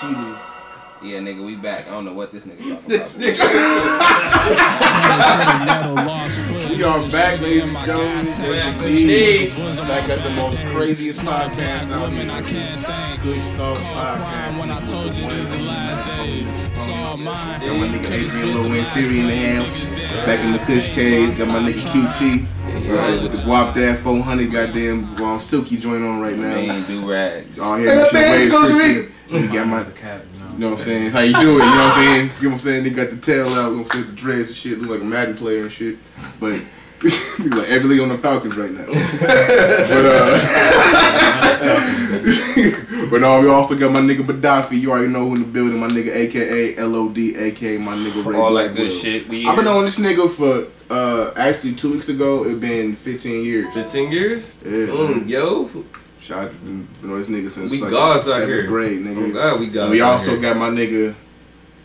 cheated. Yeah, nigga, we back. I don't know what this nigga talking about. This nigga. we We are back, ladies and gentlemen. Yes, indeed. Back at the most craziest podcast out Women I here. can't thank. Good Thoughts Crying when I Podcast. told you these the last days. Saw mine. Got my nigga Adrian Lowe in Theory in the hams. Back in the Kush Cave. Got my nigga QT. uh, with the Guap Dad 400 goddamn uh, silky joint on right now. Man, do rags. All here Hey, with my your man, waves, it's Coach Christian. You got my, you know what I'm saying? How you do it? You know what I'm saying? You know what I'm saying? They got the tail out, you know what I'm saying? The dreads and shit, look like a Madden player and shit. But you like every on the Falcons right now. but uh, but no, we also got my nigga Badafi. You already know who in the building. My nigga, aka LOD, aka my nigga Ray. All that good Blackwell. shit. We I've been on this nigga for uh actually two weeks ago. It been 15 years. 15 years? Yeah. Mm, yo. Shot been, been on this nigga since We like gods out seventh here. grade, nigga. Oh, God, we And got we also got my nigga.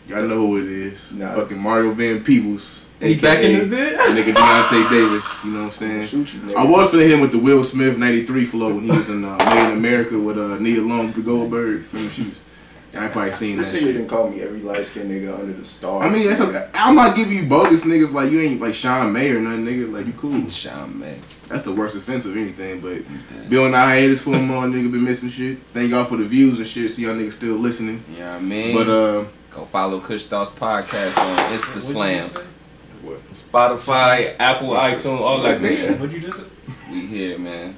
Y'all know who it is. Nah. Fucking Mario Van Peebles. He aka back in this Nigga Deontay Davis. You know what I'm saying? bitch? I was finna hit him with the Will Smith '93 flow when he was in uh, Made in America with uh, Nia Long Goldberg from the shoes. I probably seen that. This nigga Shit. didn't call me every light skinned nigga under the stars. I mean, that's a, I might give you bogus niggas like you ain't like Sean May or nothing, nigga. Like you cool. Sean May. That's the worst offense of anything, but Bill and I hiatus for a month, nigga been missing shit. Thank y'all for the views and shit. See y'all niggas still listening. You know what I mean? But uh Go follow Kush Thoughts Podcast on Insta Slam. Spotify, Apple, iTunes, all that good shit. What'd you just say? We here, man.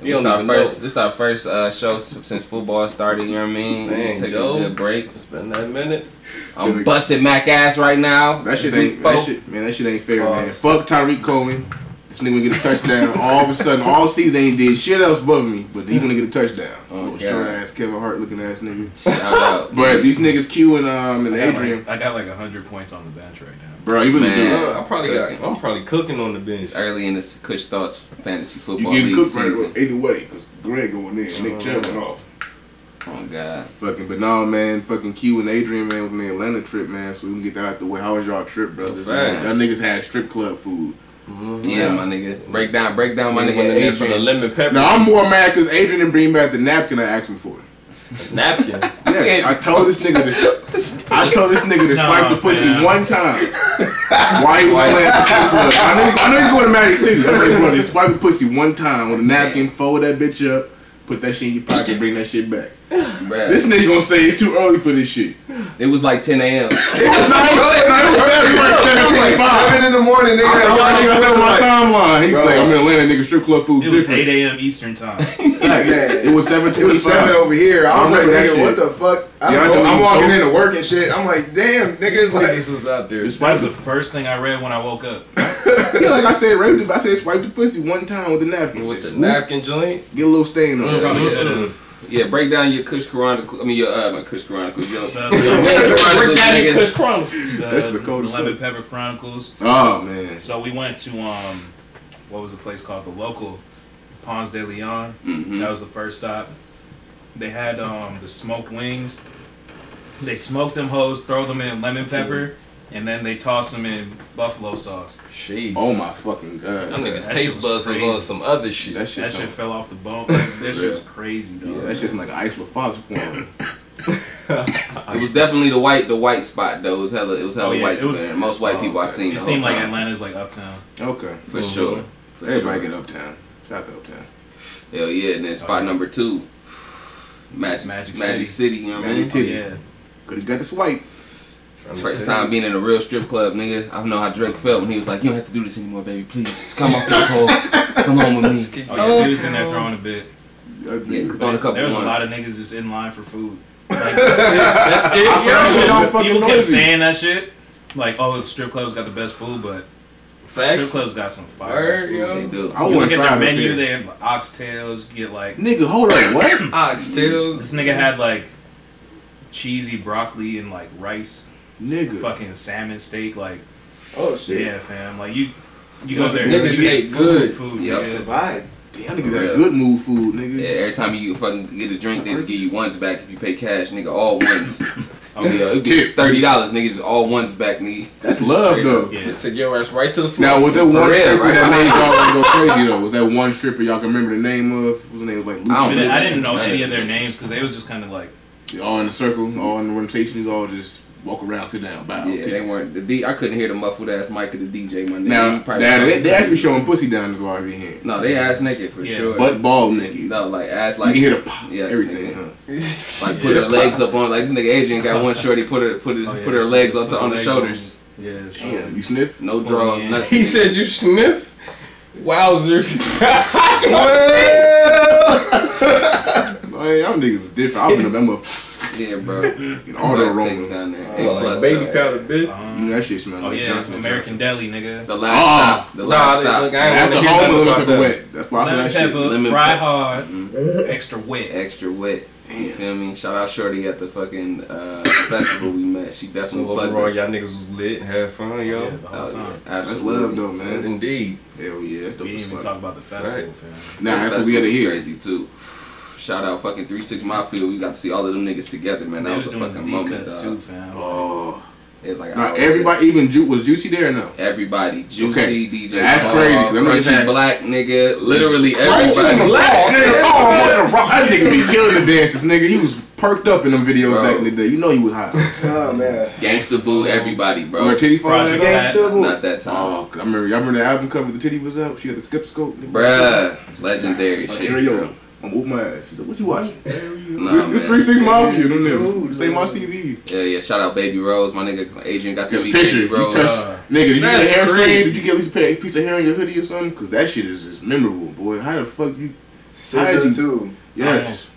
You This don't our even first. know. This our first uh, show s- since football started. You know what I mean? We Dang, take Joe. a good break. It's been that minute. Here I'm we go. busting Mac ass right now. that shit ain't that shit man, that shit ain't fair, man. Fuck Tyreek Cohen. This nigga gonna get a touchdown. all of a sudden, all season ain't did shit else but me, but he gonna get a touchdown. Oh, Little God. short ass Kevin Hart looking ass nigga. Shout out. But these niggas Q and um and I got, Adrian, like, I got like 100 points on the bench right now. bro, you really Man. do. Uh, I probably got. I'm probably cooking on the bench. It's early in this Kush Thoughts Fantasy You Football getting League cooked right season. either way, cause Greg going in, Nick Chubb went off. Oh God. Fucking, but no, man. Fucking Q and Adrian, man, was on the Atlanta trip, man. So we can get that out the way. How was y'all trip, brothers? Fact. Y'all niggas had strip club food. Yeah, my nigga. Break down. Break down, my Nigga nigga. went in there from Mm-hmm. the Adrian. lemon pepper Now I'm more mad because Adrian didn't bring back the napkin I asked him for. napkin. Yeah, I told this nigga to. I told this nigga to swipe the pussy man. one time. Why you want to I know, he's- I know he's going to Magic City. I'm like, bro, just swipe the pussy one time with a napkin, fold that bitch up, put that shit in your pocket, bring that shit back. Bruh. This nigga gonna say it's too early for this shit. It was like 10 a.m. It was not. It was like 7:25. Seven in the morning, nigga. I y'all niggas on my timeline. He Bro. said, I'm in Atlanta, nigga, strip club food It was different. 8 a.m. Eastern time. Facts. Yeah. It was 7 It was seven over here. I was like, Remember that nigga, what shit. the fuck? I'm, Yeah, I going- know. I'm walking into work and shit. I'm like, damn, niggas like, Niggas was out there. That Despite was the the, first thing I read when I woke up. yeah, like I said, raped it, but I said swipe the pussy one time with the napkin. With the Swoop, napkin joint, Get a little stain on it. Yeah. yeah, break down your Kush Chronicles. I mean, your uh, my Kush Chronicles. Yo, The, nigga. That's the the, the coldest Lemon one. Pepper Chronicles. Oh, man. So we went to um, what was the place called? The local Ponce de Leon. Mm-hmm. Mhm. That was the first stop. They had um, the smoked wings. They smoke them hoes, throw them in lemon pepper, and then they toss them in buffalo sauce. sheesh. Oh, my fucking Them God. niggas that shit taste was buds was crazy. on some other shit. That shit That shit sound- fell off the bone. Like, that shit was Yeah. crazy, dog. yeah, that shit sound like ice with fox porn. It was definitely the white, the white spot though. It was hella, it was hella Oh, yeah, white. it was- man. Most white Oh, people I've okay. seen. It the seemed whole like time. Atlanta's like uptown. Okay. for sure. For Everybody sure. get uptown. Shout out to uptown. Hell yeah! And then spot yeah. number two, Magic, Magic, Magic City. City. You know what I Man, mean? you titty. Yeah. Could have got the swipe. First time being in a real strip club, nigga. I know how Drake felt when he was like, "You don't have to do this anymore, baby. Please, just come off the pole. Come home with me." Oh yeah, dudes in there throwing a bit. Yeah, But throwing a it's- couple There was a ones. lot of niggas just in line for food. Like, That's it. I said that shit on fucking people kept noisy. saying that shit. Like, oh, strip clubs got the best food, but strip Facts. clubs got some fire. ass Word, food. They yo. do. I want You look to at try the menu, it. they have oxtails. You get like Nigga, hold on. What? Oxtails. this nigga had like cheesy broccoli and like rice, Nigga. fucking salmon steak. Like, oh shit. yeah, fam. Like you, you Yo, go there. niggas you ate get good. Food, Yup. yeah. Survive. Damn, niggas had good mood food, nigga. Yeah, every time you fucking get a drink, they just give you ones back if you pay cash, nigga. All ones. nigga, it'd be uh, thirty dollars, nigga. Just all ones back, nigga. That's love, though. Yeah. Took your ass right to the floor. Now, was that one For real, stripper right? that made y'all go crazy though? Was that one stripper y'all can remember the name of? What was her name? Like Lucy. I I don't didn't, I really- didn't know none any of of their the bitches. names because they was just kind of like all in a circle, all in rotations, all just walk around, sit down, bow. Yeah, they titties. weren't. The D, I couldn't hear the muffled ass mic of the DJ. My nigga. Now, He now probably they, talking they actually crazy. showing pussy down is why I be here. No, they ass naked for Yeah. sure. Butt ball nigga. no, like ass you like can hear the pop, Yes, everything. nigga. Huh? like put her legs up on like this nigga Adrian got one shorty put her put his, Oh, yeah, put her she legs put on her on her legs shoulders. Yeah. sure. Damn, you sniff? No draws, yeah. nothing. He said you sniff. Wowzers. Hey, y'all niggas is different. I've been up that motherfucker. Yeah, bro. All the Butt take aroma. down there. Oh, A like plus uh, baby though. powder, bitch. Um, Mm, that shit smells oh like yeah, Johnson and American Deli, nigga. The last Oh. stop. The Nah, last look, stop. look, I ain't Johnson. That's want the home to hear of nothing lemon about pepper that. wet. That's why I said Lemon that shit. pepper, Lemon fry pepper. mm-hmm. hard, Mhm. extra wet. Extra wet. You Damn. feel me? Shout out Shorty at the fucking uh, festival we met. She So definitely plugged overall, us. y'all niggas was lit, had fun, Yeah, y'all. the whole Oh, yeah, time. That's love absolutely. though, man. Indeed. Hell yeah, that's dope We didn't as even fuck. talk about the festival, Right. fam. Nah, that's what we Festival had to was hear. crazy too. Shout out fucking Three Six Mafia. We got to see all of them niggas together, man. they That was a was doing the fucking D moment, cuts dog. too, fam. Oh, It was like I now always say, everybody even ju- was juicy there or no? Everybody, Juicy, Okay. DJ, That's Paul, crazy, 'cause them niggas Crunchy had- Black, nigga, literally Crunchy everybody. Black, nigga. Oh, man, the rock. That nigga be killing the dances, nigga. He was perked up in them videos Bro. back in the day. You know he was hot. Oh man. Gangsta Boo, everybody, Or bro. titty fine. Project Gang- X. Gangsta Not that time. Oh, 'cause I remember. Y'all remember the album cover? The titty was up. She had the skip scope. nigga. Bruh, legendary Like, shit, here yo, bro. I'm whooping my ass. She's like, "What you watching?" Nah, it's man. three six mafia. Them niggas. Say my CD. Yeah, yeah, shout out Baby Rose. My nigga Adrian got to Just meet picture, Baby you touch, Rose. nigga. Did you get That's a hair strand? crazy. Did you get at least a piece of hair in your hoodie or something? Cause that shit is just memorable, boy. How the fuck you? Scissor too. Yes,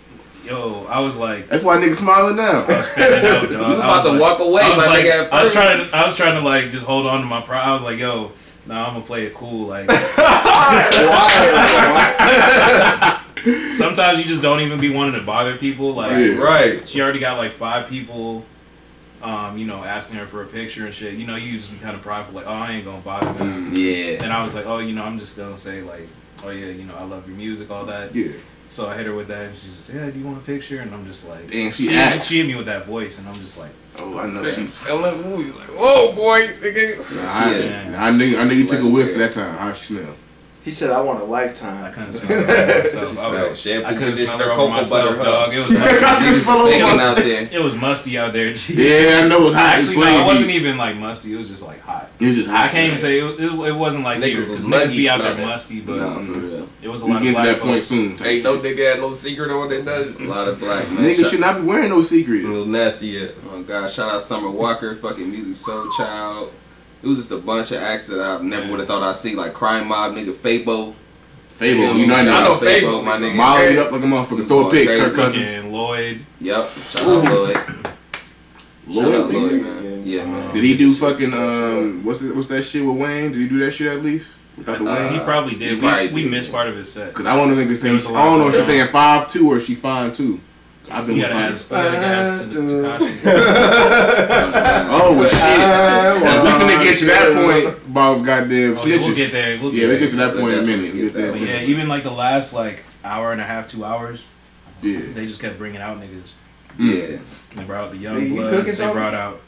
Yo, I was like, that's why niggas smiling now. fanning out, dog. You was I about was to like- walk away, I was, my like, nigga, at I was first. trying to, I was trying to like just hold on to my pride. I was like, yo, nah, I'm gonna play it cool. Like sometimes you just don't even be wanting to bother people. Like Yeah. Right. she already got like five people, um, you know, asking her for a picture and shit. You know, you just be kind of prideful, like, oh, I ain't gonna bother them. Yeah. And I was like, oh, you know, I'm just gonna say like, oh yeah, you know, I love your music, all that. Yeah, So I hit her with that, and she's just, yeah, do you want a picture? And I'm just like, damn, she she, asked. she hit me with that voice, and I'm just like, oh, I know she. And like, we was like, whoa, boy, nigga. Nah, I, Yeah. nah, I knew, I knew you took a whiff Yeah. that time. How she smell? He said, "I want a I lifetime." couldn't smell it. myself. I, Right. was, Shampoo, I couldn't smell it conditioner, over cocoa myself, butter, dog. dog. It was musty. Just follow Hanging us. out there. it was musty out there. G. Yeah, I know it's hot. Actually, Actually, no, it wasn't even like musty. It was just like hot. It was just hot. I can't even say it, it, it wasn't like Niggas here was because niggas muggy be out there smelling. musty, but Nah, for real. it was a We lot getting of to black that point folks. soon. type Ain't no shit. nigga had no secret on that A nothing. lot of black man. niggas Shout- should not be wearing no It Mm. secret. was nasty, yeah. Oh god, shout out Summer Walker, fucking Music Soul Child. It was just a bunch of acts that I never would have thought I'd see, like Crime Mob, nigga Fabo. Fable, you you know, know, shout I know out I Fabo, Fabo, my know. nigga. Molly up like a motherfucker. Throw a Going pick, Kirk crazy. Cousins. Fucking Lloyd. Yep, shout out Lloyd. Shout out Lloyd, Lloyd, nigga. man. Yeah, man. Did he do fucking um? What's the, what's that shit with Wayne? Did he do that shit at least without the he Wayne? probably he did. probably we we did. missed part of his set. Because I want to think say Uh-huh. There was a I don't know if she's lot going saying five two or she fine too. I've been You with five. gotta ask. You gotta ask to Uh, Takashi. Oh well, shit! If we finna get to that point about goddamn Oh, yeah, we'll get snitches. there. We'll Yeah, we get to that point in a We'll minute. We get get to there. that. But yeah, point. even like the last like hour and a half, two hours, Yeah. Mm. they just kept bringing out niggas. Yeah. They brought out the young Hey, you bloods. cooking They something? brought out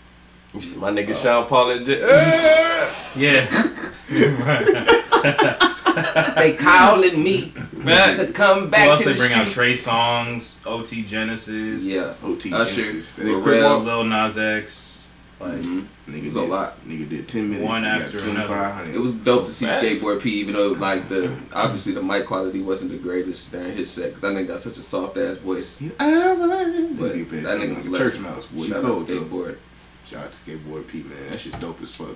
My nigga Sean Paul and J. yeah. They calling me Man. to come Who back else to they the bring out? Trey streets. Songs, OT Genesis, Yeah. OT Usher, Genesis. That nigga Pharrell. Crip Walk, Lil Nas X. Like Mhm. Nigga was did a lot. Nigga did ten minutes. One he got after 2500. It was dope to see Bad. Skateboard P, even though like the obviously the mic quality wasn't the greatest during his set, 'cause that nigga got such a soft ass voice. I love you. Nigga, But that bitch, nigga like was a legend. church mouse. Boy, you Shout out cold though. Skateboard. Shout out to skateboard Pete, man. That shit's dope as fuck.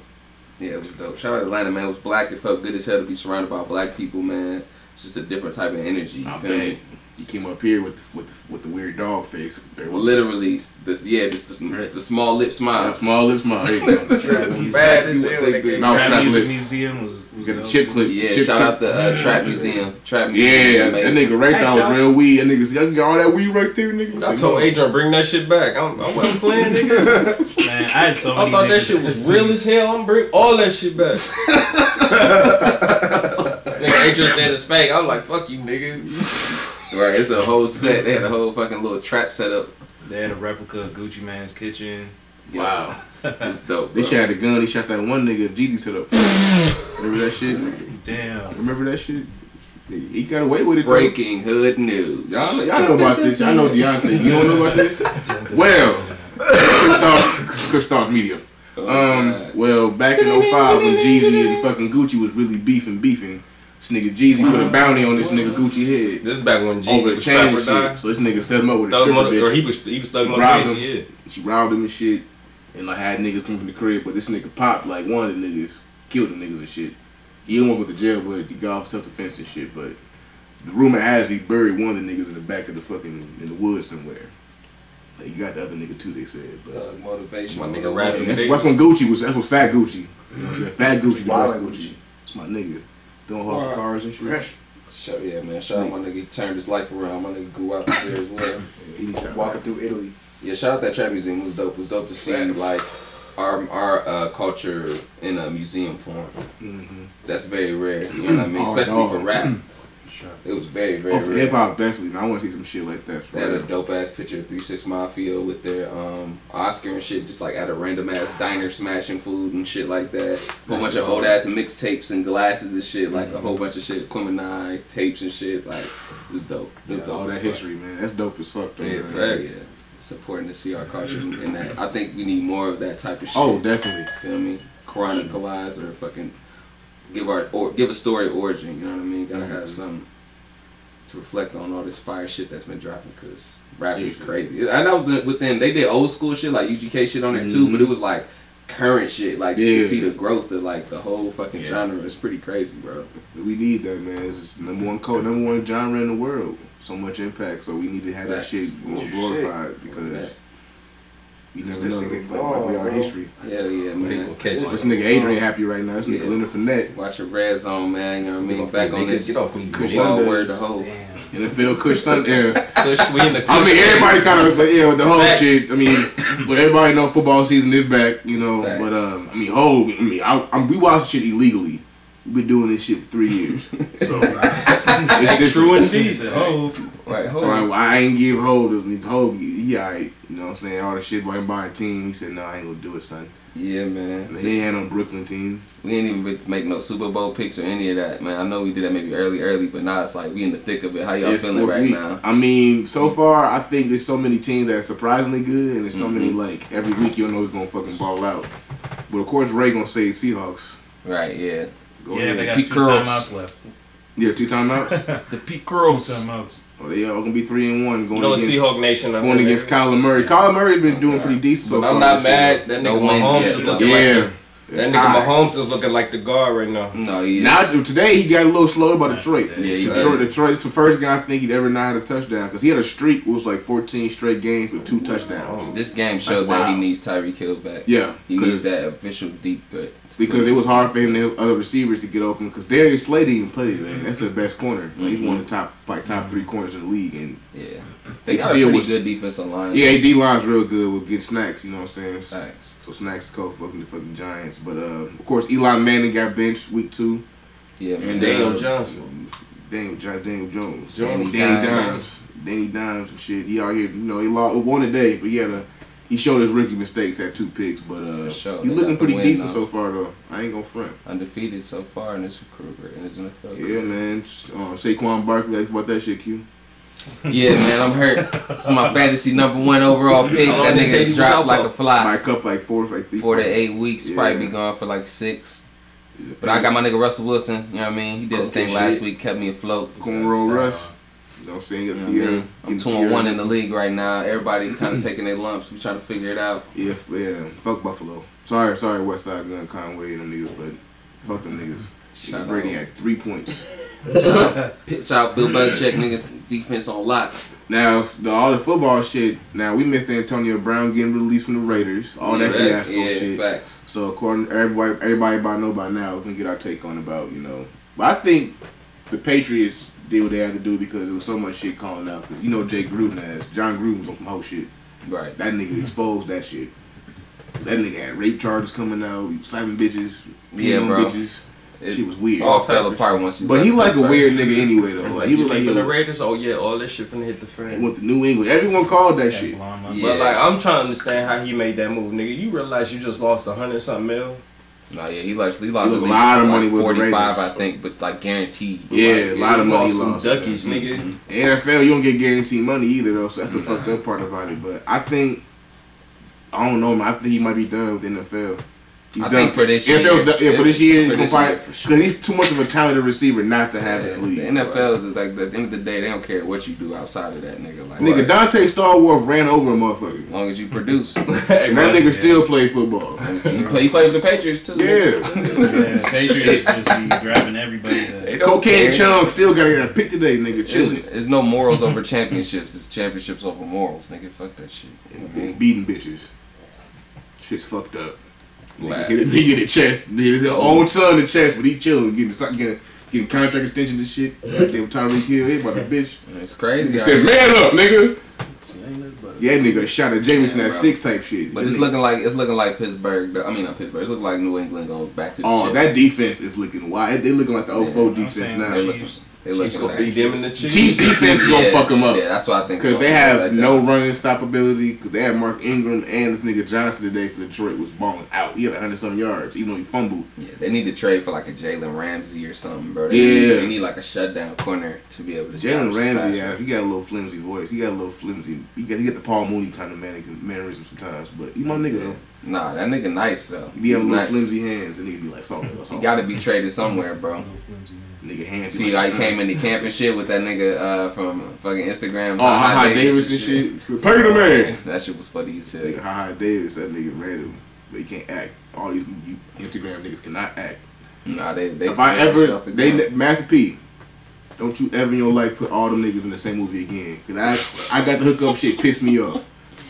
Yeah, it was dope. Shout out Atlanta, man. It was black. It felt good as hell to be surrounded by black people, man. It's just a different type of energy. You I feel bet me? you came up here with with the, with the weird dog face. There was Literally, this yeah, just this, Right. the small lip smile. small lips, smile. There you go. Bad as You hell, would think nigga. No, Trap Trap Music Lip. Museum was, was You got dope. a chip clip. Yeah, chip shout clip. out the uh, Trap Museum. Trap Museum. Yeah, is that amazing. nigga right there was y'all. real weed. That niggas, y'all got all that weed right there, nigga. I told Adrian, bring that shit back. I'm, I wasn't playing, nigga. Man, I had so many. I thought that niggas shit was real as hell. I'm bring all that shit back. nigga, Adrian said it's fake. I'm like, fuck you, nigga. Right, it's a whole set. They had a whole fucking little trap set up. They had a replica of Gucci Man's kitchen. Wow. It was dope. They Bro. shot a gun. He shot that one nigga. Jeezy set up. Remember that shit? Damn. Remember that shit? He got away with it. though. Breaking hood news. Y'all, y'all know about this. Y'all know Deontay. You don't know about this? Well, Christoph, Christoph Media. Um, well, back in 05 when Jeezy and fucking Gucci was really beefing, beefing, this nigga Jeezy put a bounty on this nigga Gucci head This is back when over Jesus the was chain trapper and shit. dying. So this nigga set him up with a Thug stripper Motor- or bitch. he was he was stuck She on robbed the yeah. She robbed him and shit, and like had niggas come from the crib. But this nigga popped like one of the niggas, killed the niggas and shit. He didn't want to go to jail, but he got off self defense and shit. But the rumor has he buried one of the niggas in the back of the fucking in the woods somewhere. Like, he got the other nigga too. They said, but Thug motivation. My nigga Rap and Niggas. that's, that's when Gucci was. That's what Fat Gucci. You know what I'm saying? Fat Gucci, the West Wild Gucci. Gucci. It's my nigga. Don't hold up the cars and shit. Show yeah, man. Shout out my nigga. He turned his life around. My nigga grew out there as well. He needs to Walking through Italy. Yeah, shout out that trap museum. It was dope. It was dope to see like our our uh, culture in a museum form. That's very rare. You know what I Mm-hmm. mean? Oh, Especially no. for rap. It was very very Oh, for rare. hip hop, definitely. Man, I want to see some shit like that. They had a dope ass picture of Three Six Mafia with their um, Oscar and shit, just like at a random ass diner smashing food and shit like that. A whole bunch of old ass mixtapes and glasses and shit, like Mm-hmm. a whole bunch of shit, Quimini tapes and shit. Like it was dope. It was Yeah, dope. all as that fuck. history, man. That's dope as fuck, though. Yeah, man. facts. Yeah, it's important to see our culture and that. I think we need more of that type of shit. Oh, definitely. feel me? Chronicalize or fucking give our or give a story origin. You know what I mean? Gotta have something to reflect on all this fire shit that's been dropping because rap is Seriously. crazy. I know with them they did old school shit like UGK shit on there too, but it was like current shit. Like just Yeah. to see the growth of like the whole fucking genre is pretty crazy, bro. We need that, man. It's number one code, number one genre in the world. So much impact. So we need to have Facts. that shit Shit. glorified because Facts. you never This know. Like, nigga might be gone, our bro. history. Hell yeah, They man. gonna catch This us. nigga Adrian happy right now. This Yeah. nigga Linda Fournette, Watch your red zone, man. You know what I Get mean? off Back me, on nigga. this Get off me. Cushion. wild word the whole. NFL Kush Sunday. Yeah. Cush- We in the I mean, cush- everybody kind of, but yeah, with the whole Facts. shit. I mean, but everybody know football season is back, you know. Facts. But um, I mean, whole, I mean, I, I'm, we watch shit illegally. We've been doing this shit for three years, so it's, it's True different. indeed. Oh, Right, hold So on. I, I ain't give hold of me. Hold, he alright. You know what I'm saying? All the shit about him buying a team. He said, no, I ain't gonna do it, son. Yeah, man. And he ain't on Brooklyn team. We ain't even been to make no Super Bowl picks or any of that, man. I know we did that maybe early, early, but now it's like we in the thick of it. How y'all It's feeling fourth right week. now? I mean, so far, I think there's so many teams that are surprisingly good, and there's so many, Mm-hmm. like, every week you'll know who's gonna fucking ball out. But of course, Ray gonna say Seahawks. Right, yeah. Go yeah, they got two Pete Curls. timeouts left. Yeah, two timeouts. The Pete Two Girls. timeouts. oh, they all gonna be three and one going You know, against Seahawk Nation. up going in there. against Kyler Murray. Kyler Murray's been doing pretty decent. so But I'm far not this year. mad. That No nigga wins Mahomes yet, is though. looking like Yeah, that They're nigga tied. Mahomes is looking like the guard right now. No, yeah. Now today he got a little slower by That's Detroit. it. Yeah, he Detroit, did. Detroit. It's the first guy I think he'd ever not had a touchdown because he had a streak. It was like 14 straight games with two touchdowns. this game showed That's that he wild. needs Tyreek Hill back. Yeah, He needs because that official deep threat. because it was hard for him to help other receivers to get open because Darius Slay didn't even play today. That's the best corner. Like, He's one of the top like Mm-hmm. top three corners in the league. And Yeah. They He got still a pretty was- good defensive line. yeah, D line's real good with good snacks. You know what I'm saying? Thanks. So snacks coach fucking the fucking Giants. But uh, of course Eli Manning got benched week two. Yeah, man. And Daniel uh, Johnson. Daniel Jones, Daniel Jones, Jones. Danny Dimes. Danny Dimes. Danny Dimes and shit. He out here, you know, he lost one today, but he had a he showed his rookie mistakes, had two picks, but uh, For sure. he They looking got the pretty win, decent though. so far though. I ain't gonna front. Undefeated so far in his career, in his NFL Yeah, career. man. Just, Um, Saquon Barkley, like, about that shit, Q. Yeah, man, I'm hurt. It's my fantasy number one overall pick. How long That they say he nigga was dropped out like for? a fly. My cup like four, like three, Ah. four to eight weeks. Probably Yeah. be gone for like six. But I got my nigga Russell Wilson. You know what I mean? He did his Cooking thing last shit. week, kept me afloat. You cornroll Yes, Russ. You know what I'm saying? You know got what I Sierra. mean? I'm getting two and Sierra. one in the league right now. Everybody kind of taking their lumps. We trying to figure it out. Yeah, f- yeah. Fuck Buffalo. Sorry, sorry, West Side Gun, Conway, and them niggas, but fuck them niggas. Shout Brady out, had three points. Pitch out Bill Belichick, nigga. Defense on lock. Now the, all the football shit. Now we missed Antonio Brown getting released from the Raiders. All that Yeah, fiasco yeah, shit. facts. So according everybody, everybody by know by now, we can get our take on about you know. But I think the Patriots did what they had to do because it was so much shit calling out. 'Cause you know Jay Gruden has John Gruden's on some whole shit. Right. That nigga exposed that shit. That nigga had rape charges coming out, he was slapping bitches, Yeah, peeing on bro. bitches. It she was weird. all Oh. fell apart once he. but left he like a Pittsburgh. weird nigga anyway though. It's Like he you was like leaving the he Raiders. Oh yeah, all this shit finna hit the fan. went to New England. Everyone called that shit. Blonde Yeah. muscle. But like, I'm trying to understand how he made that move, nigga. You realize you just lost a hundred something mil No, yeah, he lost. He lost He at lost a least, lot of like, money with the Forty-five, Raiders. I think, but like guaranteed. Yeah, Like, a lot of Lost money some lost. Mm-hmm. duckies, nigga. NFL, you don't get guaranteed money either, though. So that's the fucked up part about it. But I think, I don't know, man. I think he might be done with NFL. He's I think for this year. NFL, yeah, for this year, For he's gonna this probably year, for because sure. he's too much of a talented receiver not to have Yeah, that the league. NFL, like at the end of the day, they don't care what you do outside of that nigga. Like, Nigga, Dante Starwolf ran over a motherfucker, as long as you produce, you Hey, and that bro. nigga still play football. play. You play with the Patriots too. Yeah, Yeah, Patriots just be grabbing everybody. That, They don't cocaine care. chunk still got it in a pick today, nigga. There's, Chilling, there's no morals over championships. It's championships over morals, nigga. Fuck that shit. You know what I and mean? beating bitches. Shit's fucked up. Nigga Flat. hit a nigga in the chest. Nigga his own son in the chest, but he chilling, getting getting, getting contract extensions and shit. Goddamn Tyreek Hill, hit by the bitch. It's crazy. He out said, here. "Man up, nigga." ain't nothing but a- Yeah, nigga shot at Jameson Yeah, at bro. six type shit. But That it's nigga- looking like it's looking like Pittsburgh. though. I mean, not Pittsburgh. It's looking like New England going back to the Oh, shit. that defense is looking wild. They looking like the 04 I'm defense saying they now. looking. Chiefs- They Chiefs looking gonna like beat them in the Chiefs. Chiefs defense is gonna Yeah, fuck them up. Yeah, that's what I think. Because It's they gonna be have like no that. running stoppability. Because they had Mark Ingram and this nigga Johnson today for Detroit was balling out. He had 100 some yards, even though he fumbled. Yeah, they need to trade for like a Jalen Ramsey or something, bro. They Yeah. need, they need like a shutdown corner to be able to. Jalen establish the Ramsey, pass. yeah, he got a little flimsy voice. He got a little flimsy. He got he got the Paul Mooney kind of manic mannerism sometimes. But he my nigga though. Nah, that nigga nice though. He be having He's little nice. flimsy hands, and nigga be like, "Salt, nigga, He salt." got to be traded somewhere, bro. nigga hands. be See, like, I came into camp and shit with that nigga uh, from fucking Instagram. Oh, Ha Ha Davis and shit. Pay the man. That shit was funny as hell. Nigga, Ha Ha Davis, that nigga read him, but he can't act. All these you Instagram niggas cannot act. Nah, they, they If I they shut ever, off the they ground. Master P, don't you ever in your life put all them niggas in the same movie again? Cause I, I got the hookup shit pissed me off.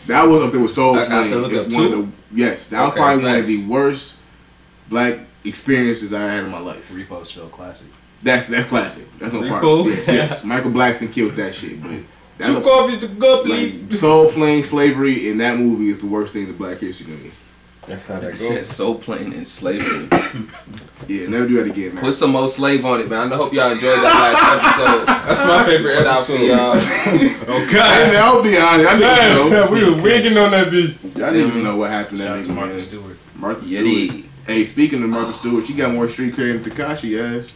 That was up there with Soul I got Plane. the hookup It's one too? of the yes, that was Okay, probably one of thanks. the worst black experiences I had in my life. Repo still classic. That's that's classic. That's no problem. Repo. Yes, yes. Michael Blackson killed that shit, but that's Two a, coffees to go, please. like, soul playing slavery in that movie is the worst thing to black history to me. That's how It said so plain and slavery. Yeah, never do that again, man. Put some more slave on it, man. I hope y'all enjoyed that last episode. That's my favorite Shout out for y'all. Hey, Okay. man, I'll be honest. I need Damn, we to were wigging on that bitch. know. Y'all need to know what happened to Shout that out nigga, to Martha man. Stewart. Martha Yeah, Stewart. they- Hey, speaking of Martha Stewart, she got more street cred than Takashi ass.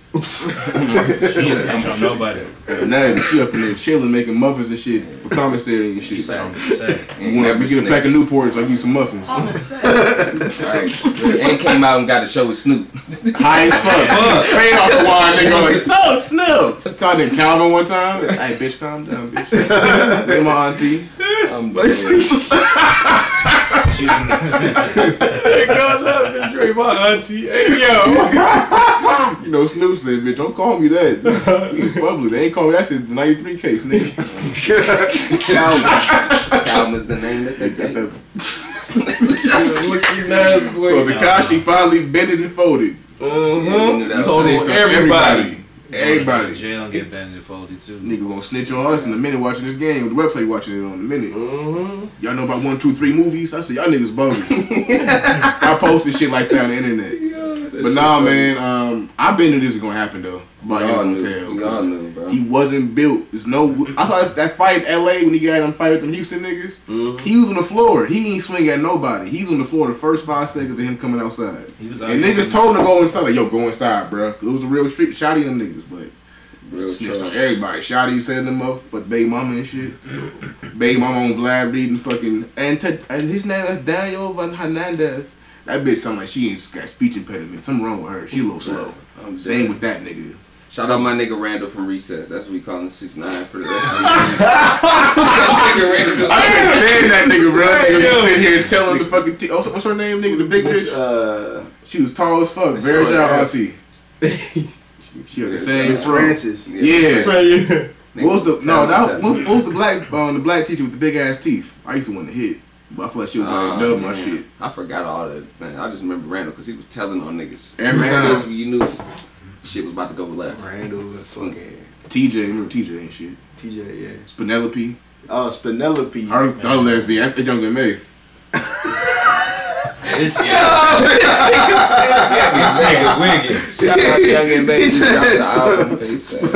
She is not on nobody. Uh, Nothing. She up in there chilling, making muffins and shit for commissary and shit. I'm sad. You want to get a pack of Newports? I give you some muffins. Alright. And came out and got a show with Snoop. High as fuck. She Fade off the wine, nigga. Like, so Snoop. She called him Calvin one time. Hey, bitch, calm down, bitch. Then my auntie. I'm dead. Hey, God love it. You ain't my auntie. Hey, yo. You know, Snoop said, bitch, don't call me that. We in public. They ain't call me that shit. The 93 case, nigga. Calvin. Calvin's the name that they gave. him. So Takashi finally bended and folded. Yeah, Mm-hmm. that's Told Snitched on everybody. Everybody. Jail and get banned in folded too. Nigga gonna snitch on us in a minute watching this game. The website watching it on a minute. Mm-hmm. Y'all know about one, two, three movies? I said, y'all niggas bums. I posted shit like that on the internet. but nah, man, um, I been knew this was gonna happen though. About Y'all him knew. Hotel. Y'all 'cause knew, bro. He wasn't built. There's no. I saw that fight in LA when he got in a fight with them Houston niggas. Mm-hmm. He was on the floor. He ain't swing at nobody. He's on the floor the first five seconds of him coming outside. He was out And here. niggas told him to go inside. Like, yo, go inside, bro. It was a real street shotty them niggas, but Real snitched on talk. everybody. Shotty setting them up for Bay Mama and shit. Bay Mama on Vlad reading fucking and t- and his name is Daniel Van Hernandez. That bitch sound like she ain't got speech impediment. Something wrong with her. She a little slow. I'm Same dead. with that nigga. Shout out my nigga Randall from Recess. That's what we call him six nine for the rest of the nigga Randall. I can't stand that nigga, bro. That nigga just sit here telling the fucking t- oh, what's her name, nigga? The big Miss, bitch. uh, She was tall as fuck. Miss Very Sonya. out auntie. She had the same Miss throat. Francis. Yeah. Right. What was the no? That what, what was the black um, the black teacher with the big ass teeth? I used to want to hit, but I feel like she was like Oh, dub my man. shit. I forgot all that. Man, I just remember Randall because he was telling on niggas. Every Randall's, time. you knew shit was about to go left. Randall and fucking TJ, remember TJ and shit. TJ, yeah. It's Penelope. Oh, it's Penelope. Her, her lesbian. That's younger than me. Nigga wigging. Shout out Young and Baby. He Dropped said the album. They said,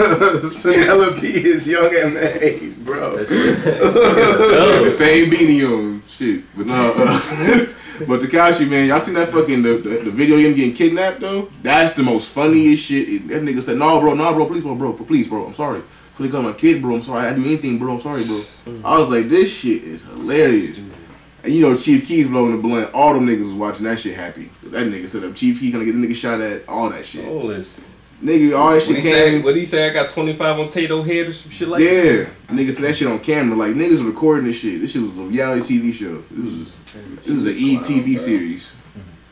Penelope is young and May, bro. The same beanie on. Shit. But no. Uh, But Takashi, man, y'all seen that fucking the, the, the video of him getting kidnapped though? That's the most funniest shit. It- That nigga said, "No, bro, no, bro, please, bro, bro, please, bro. I'm sorry. Could have got my kid, bro. I'm sorry. I do anything, bro. I'm sorry, bro." I was like, "This shit is hilarious." And you know, Chief Keys blowing the blunt. All them niggas was watching that shit happy. That nigga said, "Up, Chief Key gonna get the nigga shot at." All that shit, Oh. Holy nigga. All that What shit he came. say? What he say? I got twenty five on Tato head or some shit like that. Yeah, nigga, that shit on camera. Like niggas recording this shit. This shit was a reality TV show. It was it was an ETV series.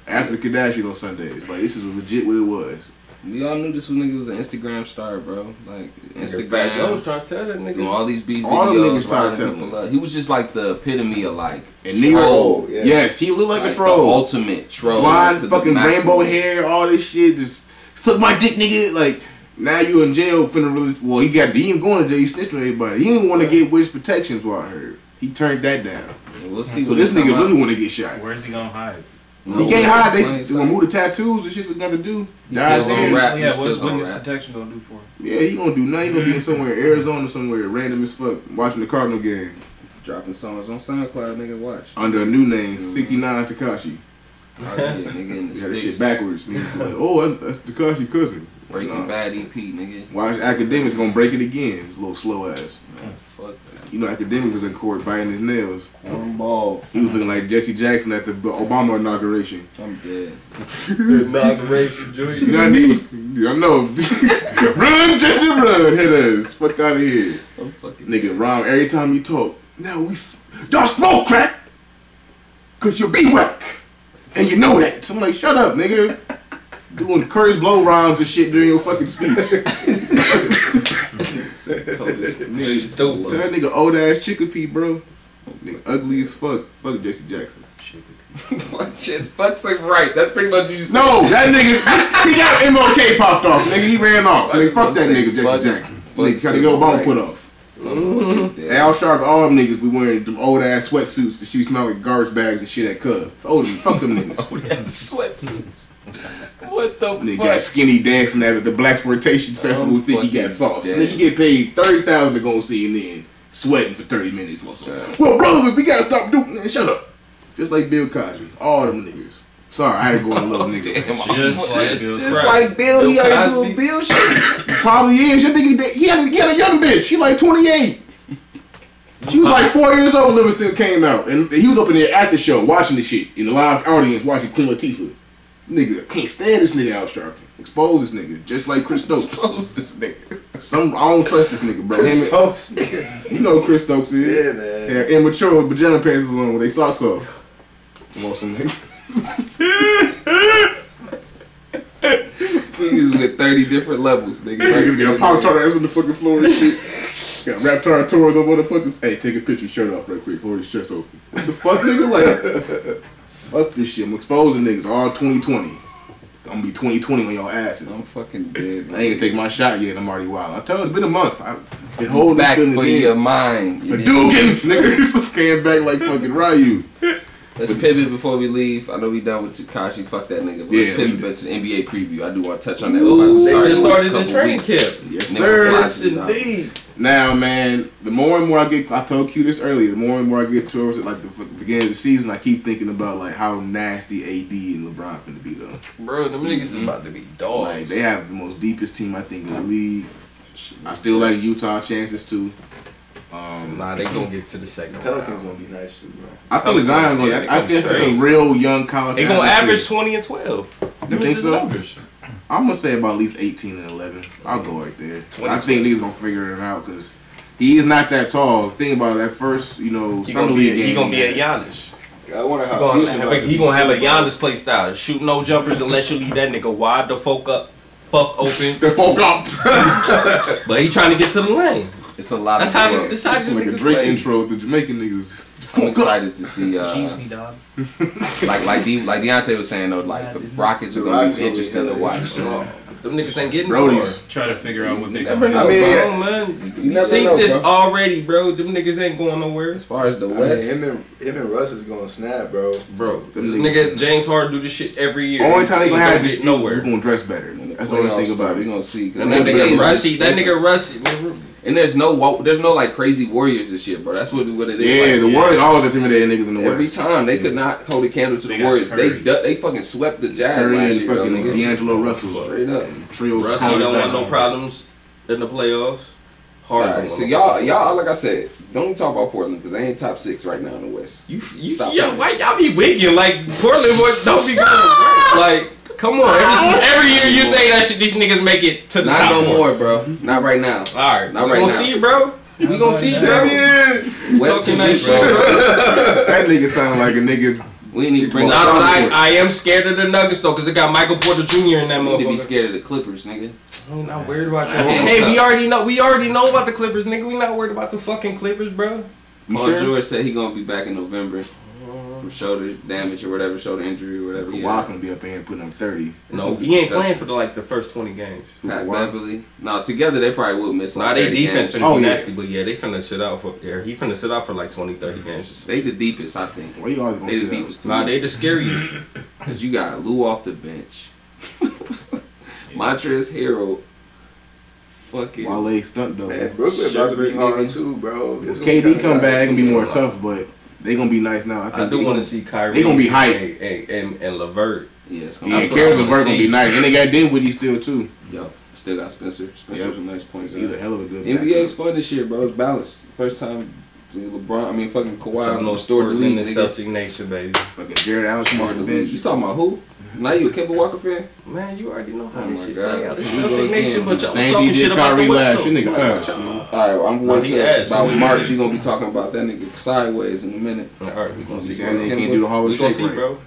After the Kardashians on Sundays, like this is legit what it was. We all knew this nigga was an Instagram star, bro. Like Instagram. Instagram. I was trying to tell that You know, nigga. all these beat All them videos, niggas tried to riding tell people me. up. He was just like the epitome of like And Nero, Troll, yeah. yes, he looked like, a like the troll. ultimate troll. Blonde, to the fucking maximum. rainbow hair, all this shit. Just suck my dick, nigga. Like now you in jail, finna really. Well, he got he ain't going to jail. He snitched on everybody. He didn't want to get witness protections. What I heard, he turned that down. And We'll see. So when this it come nigga out. really want to get shot. Where's he gonna hide? No, He can't we're hide. They, playing they something. remove the tattoos and shit's what nothing to do. He Dies still gonna there. rap. Oh, yeah, He's what's still gonna witness rap. protection gonna do for him? Yeah, he gonna do nothing. He gonna be in somewhere in Arizona somewhere, random as fuck, watching the Cardinal game dropping songs on SoundCloud, nigga. Watch. under a new name, 69 Takashi. Oh, yeah, nigga in the Yeah, that shit sticks. backwards. Niggas be like, oh, that's, that's Takashi cousin. Breaking Nah. Bad EP, nigga. Watch academics gonna break it again. It's a little slow ass. Man, fuck that. You know, academics was in court biting his nails. One ball. He was looking like Jesse Jackson at the Obama inauguration. I'm dead. Inauguration joint. You know what I mean? Yeah, I know. run, Jesse, run. Hit us. Fuck out of here. I'm fucking Nigga, Rom, every time you talk, now we, s- y'all smoke crack, cause you be whack, and you know that. So I'm like, shut up, nigga. Doing curse blow rhymes and shit during your fucking speech. Tell cold as that nigga old ass chickpea, bro. Nigga, ugly as fuck. Fuck Jesse Jackson. Just fuck some rights. That's pretty much what you said. No, that nigga, he got MLK popped off, nigga. He ran off. Nigga, fuck that nigga, Fuck- Jesse Jackson. fuck Nigga, gotta get civil Obama put rights. off. I'm fucking Al Sharp, all them niggas be wearing them old ass sweatsuits that she smell like garbage bags and shit at Cub. Old, fuck some niggas. dead. Sweatsuits. What the Nigga got fuck? Oh, skinny dancing at the Black Sportation Festival. think he got fucking sauce. dead. Nigga get paid thirty thousand to go and see and then sweating for thirty minutes. Most Well, brothers, we gotta stop doing. Man, shut up. Just like Bill Cosby, all them niggas. Sorry, I ain't going to love niggas. Just like Bill Just Cosby. like Bill, he Bill already doing Cosby. Bill shit. Probably is. Your nigga, da- he had, a- he had a young bitch. She like twenty eight. She was like four years old. when Livingston came out, and he was up in there at the show watching the shit in the live audience watching Queen Latifah. Nigga, can't stand this nigga out sharp. Expose this nigga, just like Chris Stokes. Expose this nigga. Some I don't trust this nigga, bro. Him and- Toast, nigga. You know who Chris Stokes is. Yeah, Yeah, man. immature with pajama pants on with they socks off. Come on, some nigga. Niggas with 30 different levels, nigga. Niggas got pop tart ass on the fucking floor and shit. got rap tart tours on motherfuckers. Hey, take a picture, shirt off right quick. Hold his chest open. What the fuck, nigga? Like, fuck this shit. I'm exposing niggas all 2020. I'm gonna be 2020 on your asses. I'm fucking dead. I ain't gonna take my shot yet. I'm already wild. I told you, it's been a month. I've been holding back these for feelings your in. mind. You need- Hadouken! Nigga, this was scan back like fucking Ryu. Let's pivot before we leave. I know we done with Takashi. Fuck that nigga. But let's Yeah, we pivot did. back to the NBA preview. I do want to touch on that. We're about to They start just in a started the couple training weeks. camp. Yes, Niggas sir. lying. Yes, indeed. Now, man, the more and more I get, I told you this earlier. The more and more I get towards it, like the fucking beginning of the season, I keep thinking about like how nasty AD and LeBron finna be though. Bro, them niggas is about to be Like dogs. they have the most deepest team I think in the league. I still like Utah chances too. Um, Nah, they gonna get to the second Pelicans round. gonna be nice too, bro. I think Zion. yeah, Gonna, they I gonna think that's a straight. real young college. They gonna athlete. average twenty and twelve. Them think is so? the numbers. I'm gonna say about at least 18 and 11. I'll go right there. I think niggas gonna figure it out because he is not that tall. Think about that first, you know, He summer gonna be league a, game. he gonna be a had. Giannis. I wonder He how gonna, Houston have Uh, about a, to he be, gonna have a too, bro. Giannis play style. Shoot no jumpers unless you leave that nigga wide the fuck up, fuck open. The folk up. But he trying to get to the lane. It's a lot That's of how. work. That's how these like a niggas Drake play. intro to Jamaican niggas. I'm excited to see. Cheese Uh, me, dog. like like De- like Deontay was saying though, like the Rockets are gonna be Rockets gonna be interesting to hella watch. interesting. Them niggas ain't getting Brody's. far. Try to figure out what they Never gonna know. I mean, bro. Oh man, You we never seen know, this bro. already, bro. Them niggas ain't going nowhere. As far as the I mean, West, him and him and Russ is gonna snap, bro. Bro, Them this niggas- nigga James Harden do this shit every year. Only time they gonna He have don't this get nowhere. nowhere. We're gonna dress better. when the That's the only playoffs thing start, about we it. gonna see. 'Cause And Yeah, that but nigga it's- Rusty, that nigga Rusty, man, And there's no wa- there's no like crazy warriors this year, bro. That's what what it is. Yeah, Like, the Warriors always intimidated niggas in the Every West. time they could not hold a candle to They the got Warriors. They Curry. du- they fucking swept the Jazz Curry last and year, though, fucking nigga. D'Angelo Russell. Straight up. Trios. Russell Thomas don't want Allen. no problems in the playoffs. Harden. All don't right, so want no y'all problems. y'all like I said, don't talk about Portland because they ain't top six right now in the West. You, you, Stop yo, that. why y'all be wigging? Like, Portland, boy, don't be going to work. Like, come on. Every, every year you say that shit, these niggas make it to the Not top. no four. more, bro. Not right now. All right. Not we right gonna now. see, bro. We gonna see, bro. West talking is it, that bro. That nigga sound like a nigga. We ain't even bring Not up on I, Thomas. I am scared of the Nuggets though, cause it got Michael Porter Jr. in that You need to be motherfucker. scared of the Clippers, nigga. I'm not worried about I that. can't Okay, we touch. already know. We already know about the Clippers, nigga. We not worried about the fucking Clippers, bro. You Paul sure? George said he gonna be back in November from shoulder damage or whatever, shoulder injury or whatever. Kawhi Yeah. finna be up there and putting up 30. No, he ain't playing for the, like the first twenty games. Pat Beverly. No, together they probably will miss. Nah, Like they 30 defense games. finna Oh, be yeah. nasty, but yeah, they finna sit out for yeah, he finna sit out for like 20, 30 games. They the deepest, I think. Why you always gonna They say the that? deepest Nah, team they the scariest. because you got Lou off the bench, Montrezl Harrell, fucking Wale stunt double. Man, Brooklyn about to be Sherbert, hard nigga. too, bro. It's gonna be KD come kinda back, it's tight. gonna be more tough, but they gonna be nice now. I, think I do they want to gonna- see Kyrie. they gonna be hype. And, and, and, and Levert. yeah, it's Yeah, gonna be Karis wanna LeVert gonna see. be nice, and they got Dinwiddie still too. Yo, still got Spencer. Spencer's Yep. a nice point He's guard. a hell of a good. NBA's backup. fun this year, bro. It's balanced. First time LeBron, I mean, fucking Kawhi, Wow, no no restored the sport in league. the nigga. Celtic Nation, baby. Fucking Jared Allen come off Restored the the league. bench. You talking about who? Now you a Kemba Walker fan? Man, you already know how Oh this my shit God. play out. It's We Celtic go Nation, again. but y'all Same talking he shit did about Kyrie the West last Coast. year. Nigga, Uh, ass. All right, well, I'm No, going Uh, he to asked about me. March. You gonna be talking about that nigga sideways in a minute. All right, we gonna see. That nigga can't do the Hall of We gonna Oh, Shake see, right. bro.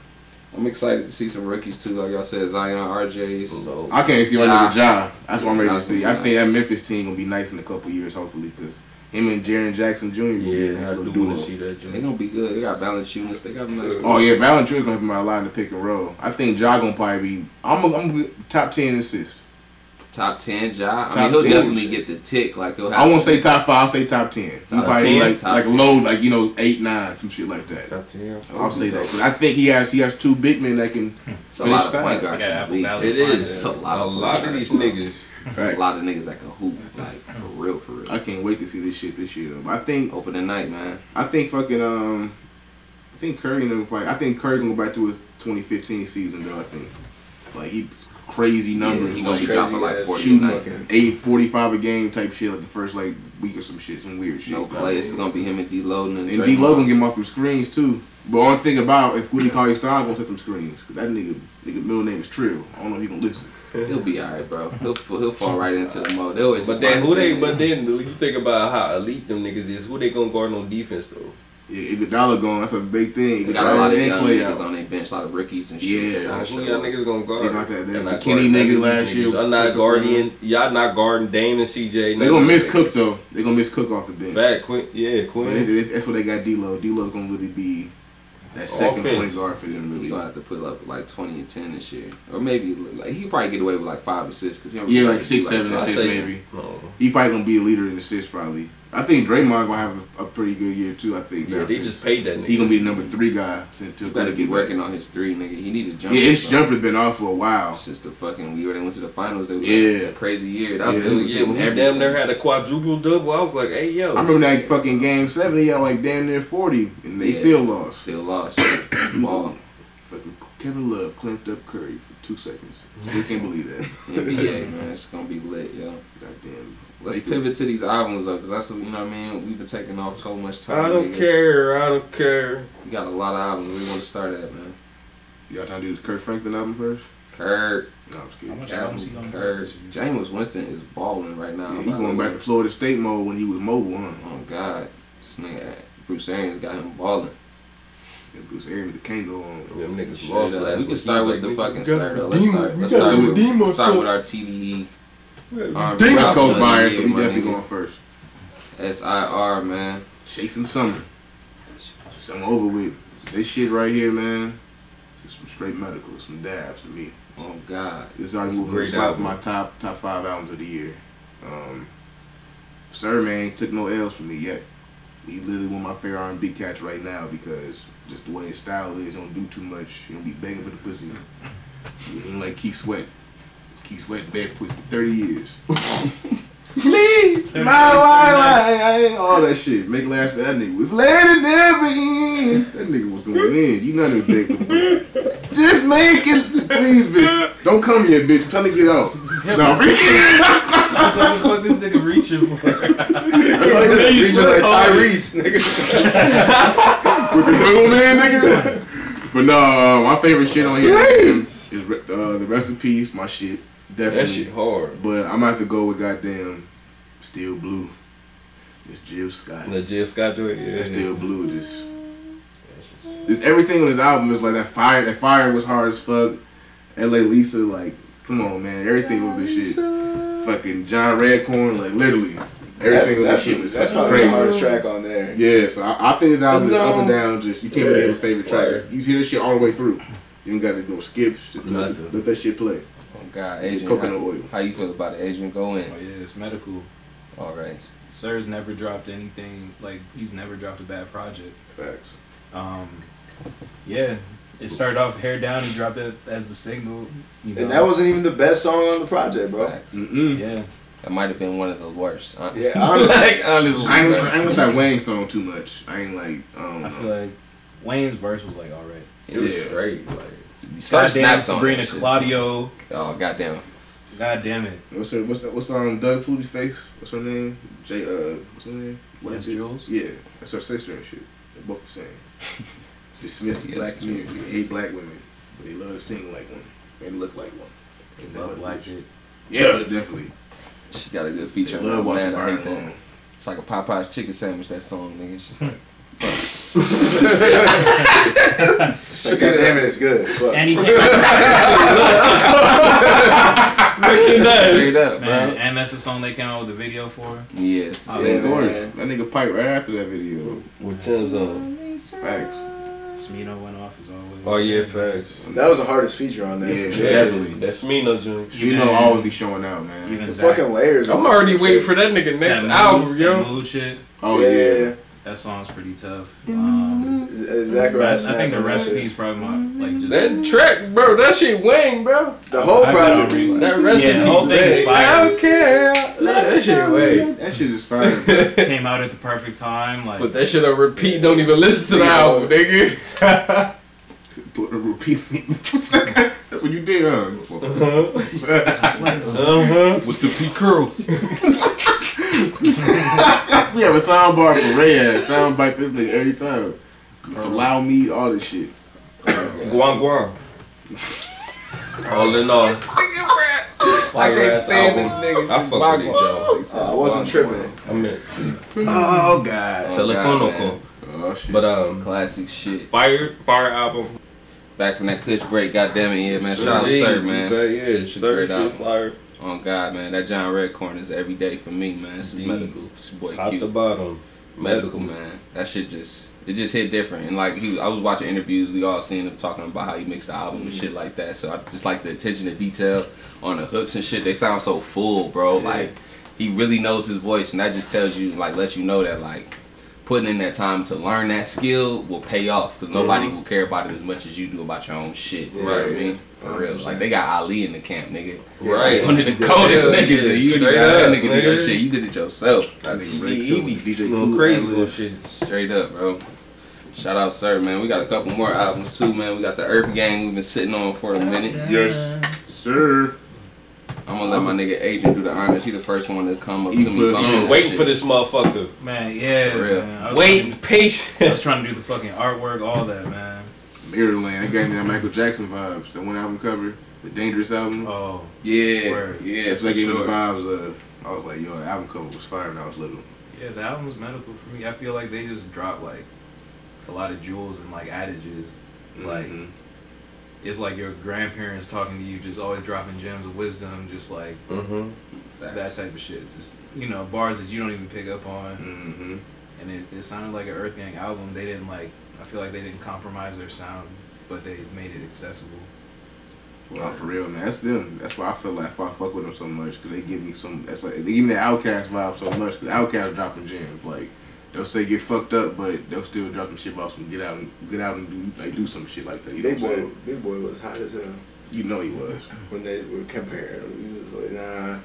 I'm excited to see some rookies too, like y'all said, Zion, RJ's. I can't see my Ja. nigga Ja. That's what I'm ready to Ja's see. I gonna be think that Memphis team gonna be nice in a couple years, hopefully, because him and Jaron Jackson Jr. will be a Yeah, nice I little do duo. want to see that. They Jimmy. gonna be good. They got balanced shooters. They got nice. Oh yeah, Valanciunas gonna have him out a lot in the pick and roll. I think Ja gonna probably be. I'm gonna, I'm gonna be top ten assist. Top ten, Ja. I Top mean, he'll 10. definitely get the tick. Like he'll have. I won't say top five. I'll say top ten. He Top probably 10, like top like 10. low, like you know eight nine some shit like that. Top ten. I'll say that. 'cause I think he has he has two big men that can. It's a lot of Finish point that. guards Yeah, in the Apple league. Valley. It It's is a lot a of lot of these niggas. There's a lot of niggas that can hoop, like for real, for real. I can't wait to see this shit this year. Though. But I think Open the night, man. I think fucking um, I think Curry gonna like I think Curry gonna go back to his 2015 season though. I think like he's crazy Yeah, numbers. he like, gonna be crazy dropping like ass 40 shoot a night. fucking eight forty five a game type shit like the first like week or some shit, some weird shit. No plays. It's gonna be him and D. Loden and, And Draymond. D Lo gonna get him off them screens too. But one thing about is Willie Cauley Stein gonna hit them screens because that nigga nigga middle name is Trill. I don't know if he gonna listen. He'll be alright, bro. He'll he'll fall right into the mode. They always. But just then find who the they? thing, But man. then you think about how elite them niggas is. Who they gonna guard on defense though? Yeah, Iguodala gone. That's a big thing. they got a lot of Iguodala and young Clay niggas out. on their bench, a lot of rookies and shit. Yeah. They gotta Like, show Who y'all up. niggas gonna guard? Think about that. That Y'all not McKinney guarding nigga none of last these year niggas. Y'all took not the guarding. Y'all not guarding Dame and CJ. They none gonna of miss these Cook niggas. though. They gonna miss Cook off the bench. Back, Quinn. Yeah, But they- Quinn. they- that's what they got. D'Lo. D'Lo's gonna really be that second Offense. point guard for them. He's Really. gonna have to put up like twenty and ten this year, or maybe like he probably get away with like five assists because Yeah, like six, seven I'd assists say- Oh, maybe. No. He probably gonna be a leader in assists probably. I think Draymond gonna have a, a pretty good year too. I think. Yeah, now, they since just paid that nigga. he gonna be the number three guy until You better Clay be get working working. on his three, nigga. He need to jump. Yeah, his bro. jumper's been off for a while. Since the fucking we already went to the finals, they was Yeah. a crazy year. That was Yeah. yeah, Hell yeah, when he damn near had a quadruple double, I was like, hey yo. I remember that fucking game seven. He had like damn near forty, and they Yeah. still lost. still lost. Ball. Ball. Fucking Kevin Love clamped up Curry for two seconds. We can't believe that. NBA man, it's gonna be lit, yo. Goddamn. Let's Thank you. pivot to these albums though, cause that's what you know what I mean. We've been taking off so much time. I don't nigga. care. I don't care. We got a lot of albums. Where you want to start at, man? Y'all trying to do this Kurt Franklin album first? Kirk, No, I'm just How kidding. much albums he Captain gonna Kirk. James Winston is balling right now. Yeah, he by the going way. back to Florida State mode when he was mobile, huh? Oh God, this nigga Bruce Arians got him balling. Yeah, Bruce Arians with the Kango on. Them niggas Straight lost up. last We can week. start He with was the like, fucking start. though. Let's start. Let's start with. Let's start with our TDE. R&B He was Rob Coach Shuttle Byron, year, so he my definitely nigga. going first. SIR man. Chasing Summer. Something over with. This shit right here, man. Just some straight medical, some dabs for me. Oh God. This already It's a moving great slot for album. my top top five albums of the year. Um, Sir Man took no L's from me yet. He literally one of my favorite R&B cats right now because just the way his style is, he don't do too much. He don't be begging for the pussy. He ain't like Keith Sweat. Keith Sweat begged for pussy for 30 years. Leave. My why, why, all that shit. Make it last for that nigga was letting never in. That nigga was going in. You know that dick. was bitch. Just make it, please, bitch. Don't come here, bitch. I'm trying to get out. No, That's what the fuck this nigga reaching for. that's like that. He's just like Tyrese, nigga. With the zoom in, nigga. But no, uh, my favorite shit on here is re- uh, the rest in peace. My shit, definitely. That shit hard. But I'm gonna have to go with goddamn Steel Blue. It's Jill Scott. The Jeff Scott joint. Yeah. That Steel Blue just. Just everything on his album is like that fire. That fire was hard as fuck. L.A. Lisa, like, come on, man. Everything was this shit. Fucking John Redcorn, like, literally. That's, Everything was this that's, shit. was that's fucking probably the crazy. hardest track on there. Yeah, so I, I think his album is up and down. Just you can't Yeah. really have his favorite track. Fire. Just- You hear this shit all the way through. You ain't got to no skips. Just Nothing. let, let that shit play. Oh God, Get Adrian. coconut how, oil. how you feel about it, Adrian? Go in. Oh yeah, it's medical. All right. Sir's never dropped anything like he's never dropped a bad project. Facts. Um, yeah, it started off hair down. He dropped it as the single. You know? And that wasn't even the best song on the project, bro. Facts. Mm-mm. yeah. That might have been one of the worst. Honestly. Yeah, honestly. like honestly. I ain't, I ain't with that Wayne song too much. I ain't like. Um, I feel like Wayne's verse was like all right. It was Yeah. straight. Like, Sir Goddamn, snaps on Sabrina that shit. Claudio. Oh goddamn. God damn it. What's her, what's that, what's um Doug Flutie's face? What's her name? J uh what's her name? Yes, bitch? Jules? Yeah, that's her sister and shit. They're both the same. Dismissed the Yes, black Jules. community. They hate black women, but they love to sing like one and look like one. And they Love love like bitch. it. Yeah, definitely. She got a good They feature. love I'm watching mad I Iron hate that. Man. It's like a Popeye's chicken sandwich. That song, nigga. It's just like. Like, God damn it, it's good. Fuck. And he came out Straight up, Man, Oh, bro. and that's the song they came out with the video for. Yeah, it's the Yeah, same. Same man. Orange. That nigga pipe right after that video. with Tim's uh, on. Facts. Smino went off as always. Oh, yeah, facts. That was the hardest feature on Yeah, there. Definitely. definitely. That's me, no joint. You know, I always be showing out, man. even The Zach- fucking layers. I'm on already this waiting shit. for that nigga next that album, mood, yo. that mood shit. Oh yeah. yeah. That song's pretty tough. Um, Exactly. but I think the recipe is probably my like just That track, bro, that shit Wayne, bro. The whole I project don't was like, That recipe, the whole thing is fire. I don't care. That shit Wayne. That shit is fire. bro. came out at the perfect time. Like Put that shit on repeat. Don't even listen to the album, nigga. Put a repeat. That's what you did, huh? Uh-huh. uh huh. What's the P curls? we have a sound bar for Red, sound bite for this nigga every time. Allow me all this shit. Guan Guan. All in all, I can't ass stand this album. nigga. I fuck with these jokes. uh, I wasn't tripping. I miss Oh god. telephone God, call, man. Oh shit. but um, Classic shit. fire, fire album. Back from that Kush break, goddamn it, yeah, man. Shout out to Indeed, Sir, man. But yeah, sir, great shit, album. fire. On God, man. That John Redcorn is every day for me, man. It's Indeed. medical. It's your boy Top Q. to bottom, medical man. That shit just it just hit different. And like he, I was watching interviews, we all seen him talking about how he mixed the album Mm. and shit like that. So I just like the attention to detail on the hooks and shit. They sound so full, bro. Like he really knows his voice, and that just tells you like lets you know that like putting in that time to learn that skill will pay off because nobody will care about it as much as you do about your own shit. You know what I mean? For real. Like they got Ali in the camp, nigga. Right. One of the coldest Yeah, niggas. yeah, and you straight got that up, nigga do your nigga. shit. You did it yourself. That nigga Red TDE killed be with DJ little Cool crazy ad-lib. little shit. Straight up, bro. Shout out, sir, man. We got a couple more albums too, man. We got the Earth Gang we've been sitting on for a minute. Yes, sir. I'm gonna let my nigga Adrian do the honors. He the first one to come up He to me. pushed. bumping He been that Waiting shit. for this motherfucker. man, yeah, For real. man. I was trying Waiting to- I patient. was trying to do the fucking artwork, all that, man. Maryland. That gave me that Michael Jackson vibes. That one album cover, the Dangerous album. Oh, Yeah, Word. yeah, That's for what gave me sure. the vibes of. I was like, yo, the album cover was fire when I was little. yeah, the album was medical for me. I feel like they just dropped like a lot of jewels and like adages, like. Mhm. It's like your grandparents talking to you, just always dropping gems of wisdom, just like Mm-hmm. Facts. that type of shit. Just you know, bars that you don't even pick up on. Mm-hmm. and it, it sounded like an Earth Gang album. They didn't like. I feel like they didn't compromise their sound, but they made it accessible. Oh, for real, man. That's them. That's why I feel like that's why I fuck with them so much because they give me some. That's why they give me the Outcast vibe so much because Outcast dropping gems. Like they'll say get fucked up, but they'll still drop some shit about some get out and get out and do like do some shit like that. You know, Big what I'm boy, saying? big boy was hot as hell you know he was. when they were comparing. Him. He was like, nah.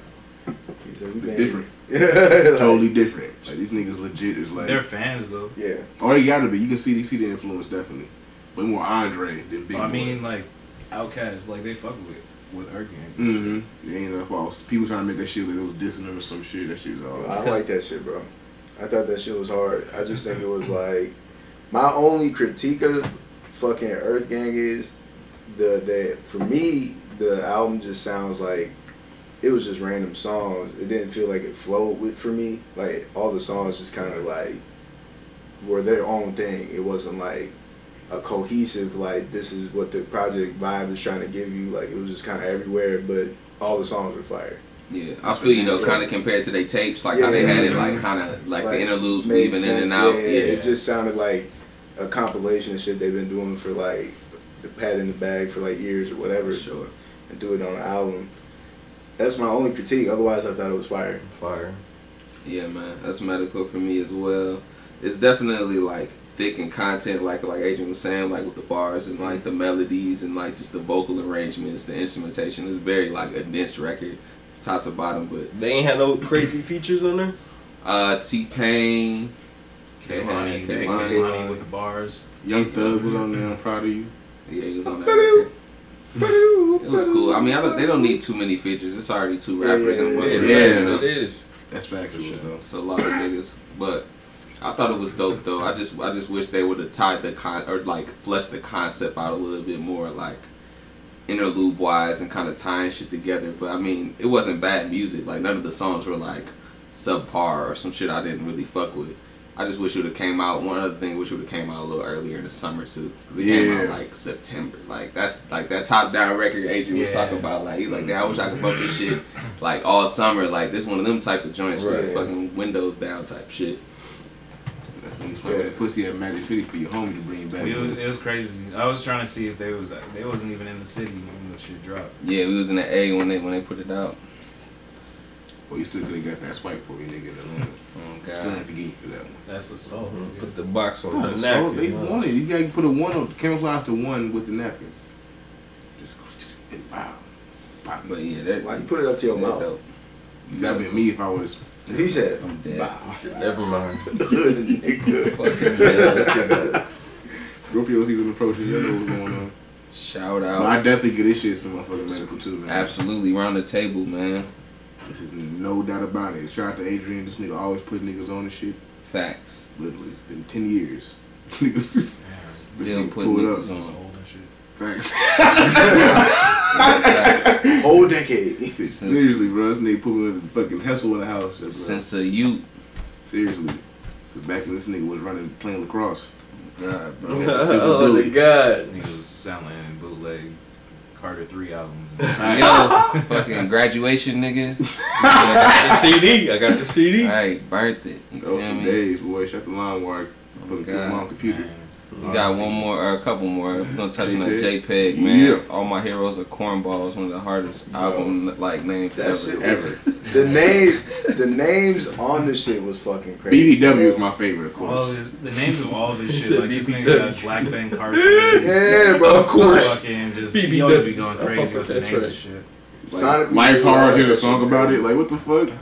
He's like, we They're made it. different. Like, Totally different. Like, these niggas legit is like. They're fans though. Yeah. Or they gotta be. You can see, see the influence definitely. But more Andre than Big I Boy. mean, like Outkast, like they fuck with with her gang. hmm They ain't enough false. People trying to make that shit like it was dissing them or some shit. That shit was all. I don't like that shit, bro. I thought that shit was hard. I just think it was like my only critique of fucking Earth Gang is the that for me the album just sounds like it was just random songs. It didn't feel like it flowed with for me. Like all the songs just kind of like were their own thing. It wasn't like a cohesive like this is what the project vibe is trying to give you. Like it was just kind of everywhere, but all the songs were fire. Yeah, I feel you know, kind of compared to their tapes, like how they had it, like kind of like, the interludes made weaving in sense, and out. Yeah, Yeah, it just sounded like a compilation of shit they've been doing for like the pat in the bag for like years or whatever, sure. and do it on an album. That's my only critique. Otherwise, I thought it was fire. Fire. Yeah, man, that's medical for me as well. It's definitely like thick in content, like like Adrian was saying, like with the bars and like the melodies and like just the vocal arrangements, the instrumentation. It's very like a dense record, top to bottom. But They ain't had no crazy features on there. uh, T Pain, Kalani, they had Kalani, Kalani with the bars. Young Thug was on there. I'm proud of you. yeah, he was on that. Record. It was cool. I mean, I don't, they don't need too many features. It's already two rappers and one. Yeah, yeah, so- it is. That's factual though. It's a lot of niggas, but I thought it was dope though. I just I just wish they would have tied the con or like fleshed the concept out a little bit more, like interlude wise and kind of tying shit together. But I mean, it wasn't bad music. Like none of the songs were like subpar or some shit I didn't really fuck with. I just wish it would have came out. One other thing, wish it would have came out a little earlier in the summer too. 'Cause It came out Yeah. like September. Like that's like that top down record Adrian was Yeah. talking about. Like he's like, "Damn, I wish I could bump this shit like all summer. Like this one of them type of joints Right. with fucking windows down type shit. That's when you swear that pussy at Magic City for your homie to bring back. It was, it was crazy. I was trying to see if they was they wasn't even in the city when the shit dropped. Yeah, we was in the A when they when they put it out. Well, you still could have got that swipe for you, nigga. In Atlanta. Oh Still god. have to get you for that one. That's a soul. Put the box on the so napkin. they wanted. You got to put a one on camouflage to one with the napkin. Just and wow, pop But it. yeah, that Why you put it up to your that mouth? dope. That'd been me if I was. He said, I'm dead. Never mind. "Good nigga." Fucking dead. Scorpio season approaching. You know what's going on. Shout But I out. definitely get this shit some motherfucking medical too, man. Absolutely round the table, man. This is no doubt about it. Shout out to Adrian. This nigga always put niggas on and shit. Facts. Literally, it's been ten years. niggas just this Still nigga putting pulled niggas up. on. Old and shit. Facts. Whole decade. Seriously, bro, this nigga put me in the fucking hustle in the house. Bro. Since a you Seriously. So back when this nigga was running playing lacrosse. God bro. oh my god. Niggas was selling bootleg Carter three albums. Yo, fucking graduation niggas. The CD. I got the CD. Alright, birth it. You Those feel the me? days, boy. Shut the line wire. Fucking took Oh, God. my own computer. We got one more, or a couple more. We're gonna touch on that JPEG. JPEG, man. Yeah. All My Heroes Are Cornballs, one of the hardest album like names That ever. shit was Ever. the name. The names on the shit was fucking crazy. BBW is my favorite, of Oh, course. All his, the names of all of his said shit, like this nigga BBW. got Black Ben Carson. Yeah, bro. Of course. Fucking just, BBW. he always be going I fuck crazy with with that the names track. and shit. Like, Sonically, Life's yeah, hard. that Here's a shit's song about crazy. it. Like what the fuck?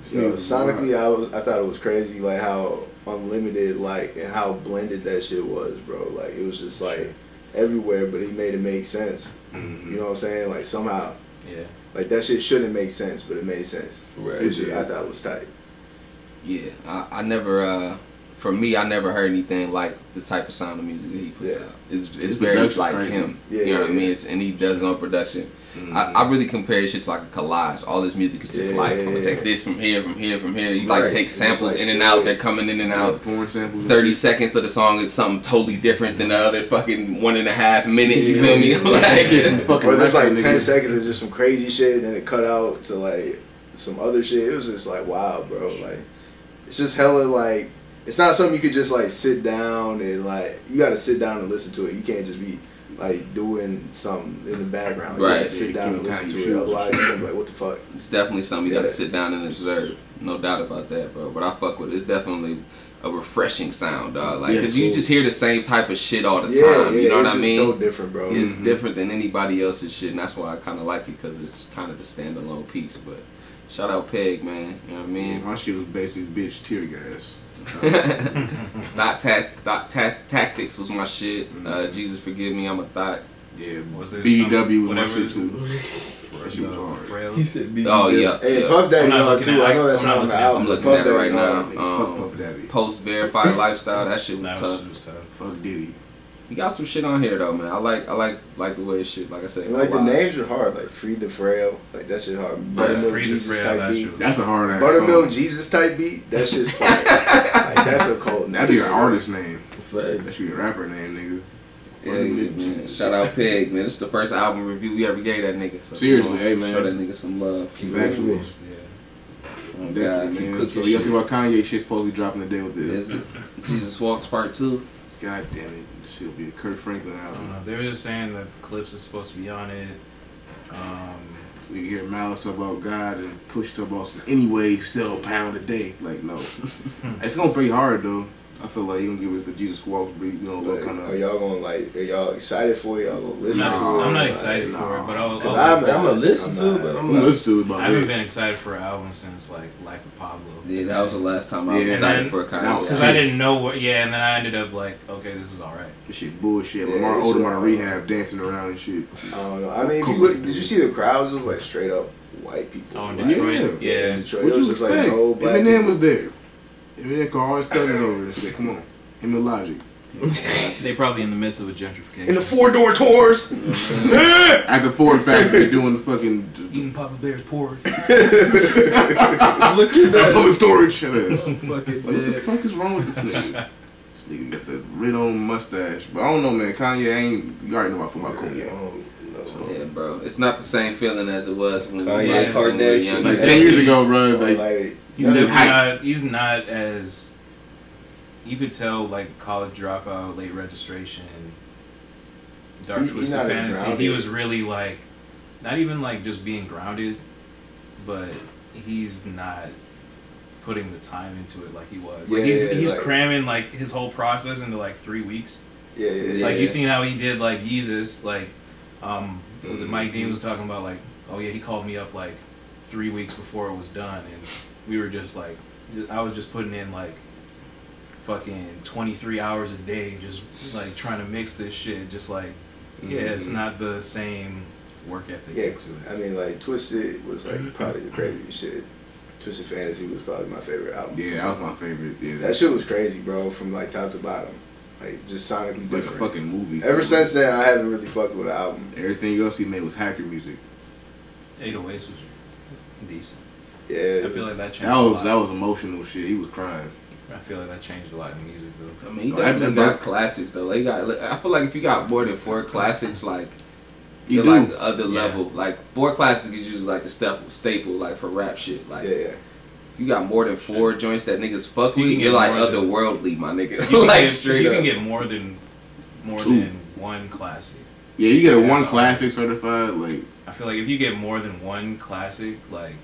This Yo, nigga's sonically, I was I thought it was crazy, like how unlimited, like and how blended that shit was, bro. Like it was just like everywhere, but he made it make sense. You know what I'm saying? Like somehow, Yeah. like that shit shouldn't make sense, but it made sense, Right. which is- I thought was tight. Yeah, I, I never, uh, for me, I never heard anything like the type of sound of music that he puts Yeah. out. It's, it's His very production's like crazy. him. Yeah, you know yeah, what I yeah. Mm-hmm. mean? It's, and he does his own production. I, I really compare shit to like a collage. All this music is just Yeah, like, yeah, I'm gonna yeah. take this from here, from here, from here. You Right. like take It's samples like- in and out. yeah. They're coming in and out. porn samples. 30 seconds of the song is something totally different than the other fucking one and a half minute, you feel me? like, Fucking Or there's like wrestling ten niggas. seconds of just some crazy shit, and then it cut out to like some other shit. It was just like wow, bro. Like it's just hella like it's not something you could just like sit down and like you got to sit down and listen to it. You can't just be like doing something in the background. You gotta Right. sit Yeah, down you and can't listen tie to it. your shoes. Otherwise, you're gonna be like, what the fuck? It's definitely something you gotta Yeah. sit down and observe. No doubt about that, bro. But I fuck with it. It's definitely a refreshing sound, dog. Like, Yeah, 'cause you cool. just hear the same type of shit all the Yeah, time. yeah. you know it's what I just mean? so different, bro. It's different than anybody else's shit, and that's why I kind of like it because it's kind of the standalone piece. But Shout out Peg, man. You know what I Yeah, mean? my shit was basically bitch tear gas. thought, ta- thought ta- tactics was my shit. Mm-hmm. Uh, Jesus forgive me, I'm a thought. Yeah, Was it BW was my whatever shit it- too. That shit was Uh, hard. frail. He said, "Be Oh yeah, Hey, yeah. Puff I'm Daddy not hard looking too. at- I know that's I'm not on not the looking at- album. I'm but looking Puff at it right Daddy hard. now. Oh, Nigga, fuck Um, Puff Daddy. Post verified lifestyle, that shit was That tough. was, was tough. Fuck Diddy. You got some shit on here though, man. I like, I like, like the way shit. Like I said, And like the collage. names are hard, like Free the Frail, like that shit hard. Buttermilk Free the Jesus Frail, type that shit beat. was- That's a hard ass. Buttermilk Buttermilk. Jesus type beat, that shit's fire. like that's a cold. That'd be name. your artist name. That facts. should be your rapper name, nigga. Yeah, man. Shout out Peg, man. This is the first album review we ever gave that nigga. So Seriously, come on, hey, man. Show that nigga some love. Keep Factual. Oh, God. Definitely, man. cooking So you shit. think about Kanye shit supposed to be dropping today with this? Is it Jesus Walks Part Two? God damn it. This shit'll be a Kurt Franklin I don't album. know. They were just saying that clips is supposed to be on it. Um, So you can hear Malice talk about God and push talk about some anyway, sell a pound a day. Like no. it's gonna be hard though. I feel like you're gonna give us the Jesus Walk you know, But what kind are of y'all gonna like? Are y'all excited for it? Y'all gonna I'm listen not, to Nah. it? I'm not Like, excited for it, nah. but I'll, 'Cause I'll, I'm gonna listen to it, but I'm not. let's do it I by haven't that. been excited for an album since like Life of Pablo. Yeah, that was the last time I was Yeah. excited And for a that Kanye. was Because album. I didn't know what. Yeah, and then I ended up like, okay, this is all right. This shit bullshit. Yeah, Lamar it's Odom on hard. rehab dancing around and shit. I don't know. I mean, if you Cool. look, did you see the crowds? It was like straight up white people. Oh, in Like, Detroit. Yeah, Yeah. in Detroit. What it was you just like expect? old black. Eminem people. was there. Eminem called all his cousins over and shit. Come on. Him and Logic. They probably in the midst of a gentrification. in the four door tours. At the Ford factory doing the fucking Eating Papa Bear's porridge. Look at that. public storage shit ass. Like, Fucking what the dick. fuck is wrong with this nigga? This nigga got the red on mustache. But I don't know, man. Kanye ain't. You already know I feel about I Kanye. don't know. Yeah, bro. It's not the same feeling as it was when we Kanye, like, when we were Kardashian. young. Like 10 years ago, bro. Like, Like, He's Nothing definitely hype. not. He's not as. You could tell like college dropout, late registration, dark He- he's twisted not as fantasy. He grounded. was really like, not even like just being grounded, but he's not putting the time into it like he was. Like Yeah, he's yeah, he's like- cramming like his whole process into like three weeks. yeah, yeah, yeah. Like Yeah. you seen how he did like Yeezus. Like, um, was it Mike Dean was talking about like, oh yeah, he called me up like three weeks before it was done, and we were just like, I was just putting in like, fucking twenty three hours a day, just like trying to mix this shit. Just like, yeah, it's not the same work ethic Yeah, to it. I mean, like Twisted was like probably the craziest shit. Twisted Fantasy was probably my favorite album. yeah, that was my favorite. Yeah, That shit was crazy, bro, from like top to bottom, like just sonically like a different. fucking movie. Ever since then, I haven't really fucked with an album. Everything else he made was hacker music. Eight Oasis was decent. Yeah, I it feel was, like that changed. That was a that lot. was emotional shit. He was crying. I feel like that changed a lot in music though. I mean, he Oh, that- definitely that- got classics though. He got. I feel like if you got more than four classics, like You you're do. like the other Yeah. level. Like four classics is usually like the step staple, like for rap shit. Like yeah, yeah. you got more than four joints that niggas fuck You with, can get you're like more than- otherworldly, my nigga. You can like get, straight you up. can get more than more Two. than one classic. yeah, you get a That's one all. classic certified. Like I feel like if you get more than one classic, like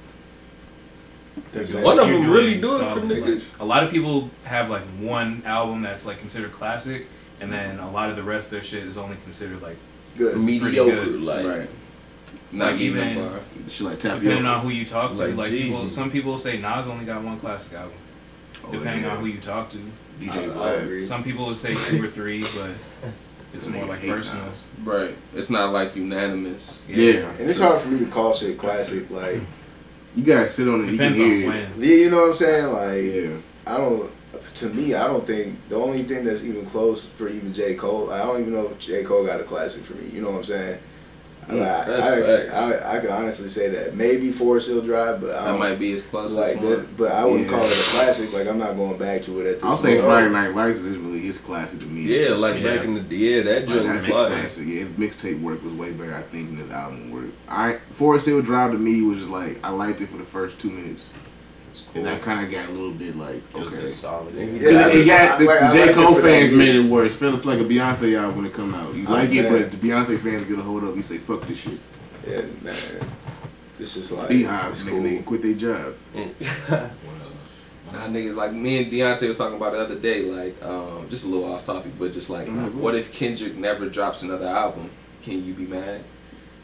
That's you're One it. of them doing really do it for solid. Like, niggas. a lot of people have like one album that's like considered classic, and then a lot of the rest of their shit is only considered like good. Me- mediocre, good. like right. Not Like, even even- bar. shit, like tap depending on who you talk to. Like Like people, Jeezy. some people say Nas only got one classic album, Oh, depending on who you talk to. DJ I, I Vlad. agree. Some people would say two or three, but it's more like Hate personal. Nas. Right. It's not like unanimous. Yeah, And it's hard for me to call shit classic. Like, you gotta sit on it. Depends you can on hear when. yeah, you know what I'm saying? Like, It. Yeah. I don't. To me, I don't think the only thing that's even close for even J Cole. I don't even know if J Cole got a classic for me. You know what I'm saying? Mm, Like, that's facts. I, I, I, could honestly say that maybe Forest Hill Drive, but I That don't, might be as close Oh. like as one. that, but I wouldn't Yeah. call it a classic. Like I'm not going back to it at this. I'll say moment. Friday Night Lights is really his classic to me. Yeah, like Yeah. back in the yeah, Like, that joint that's was his fire. classic. Yeah, his mixtape work was way better, I think, than his album work. I Forest Hill Drive to me was just like I liked it for the first two minutes, It's cool. and that kind of got a little bit like It was okay. just solid. Nigga, Yeah, I Yeah, just- got, I- the, like, I the J. liked it Cole for that fans reason. made it worse. Feels like a Beyonce album when it come out. You Oh, like it, man. but the Beyonce fans get a hold of it. You say, fuck this shit. Yeah, man. It's just like Beehives, it's nigga, cool. nigga, quit their job. Nah, niggas like me and Deontay was talking about the other day, like um, just a little off topic, but just like, Mhm. what if Kendrick never drops another album? Can you be mad?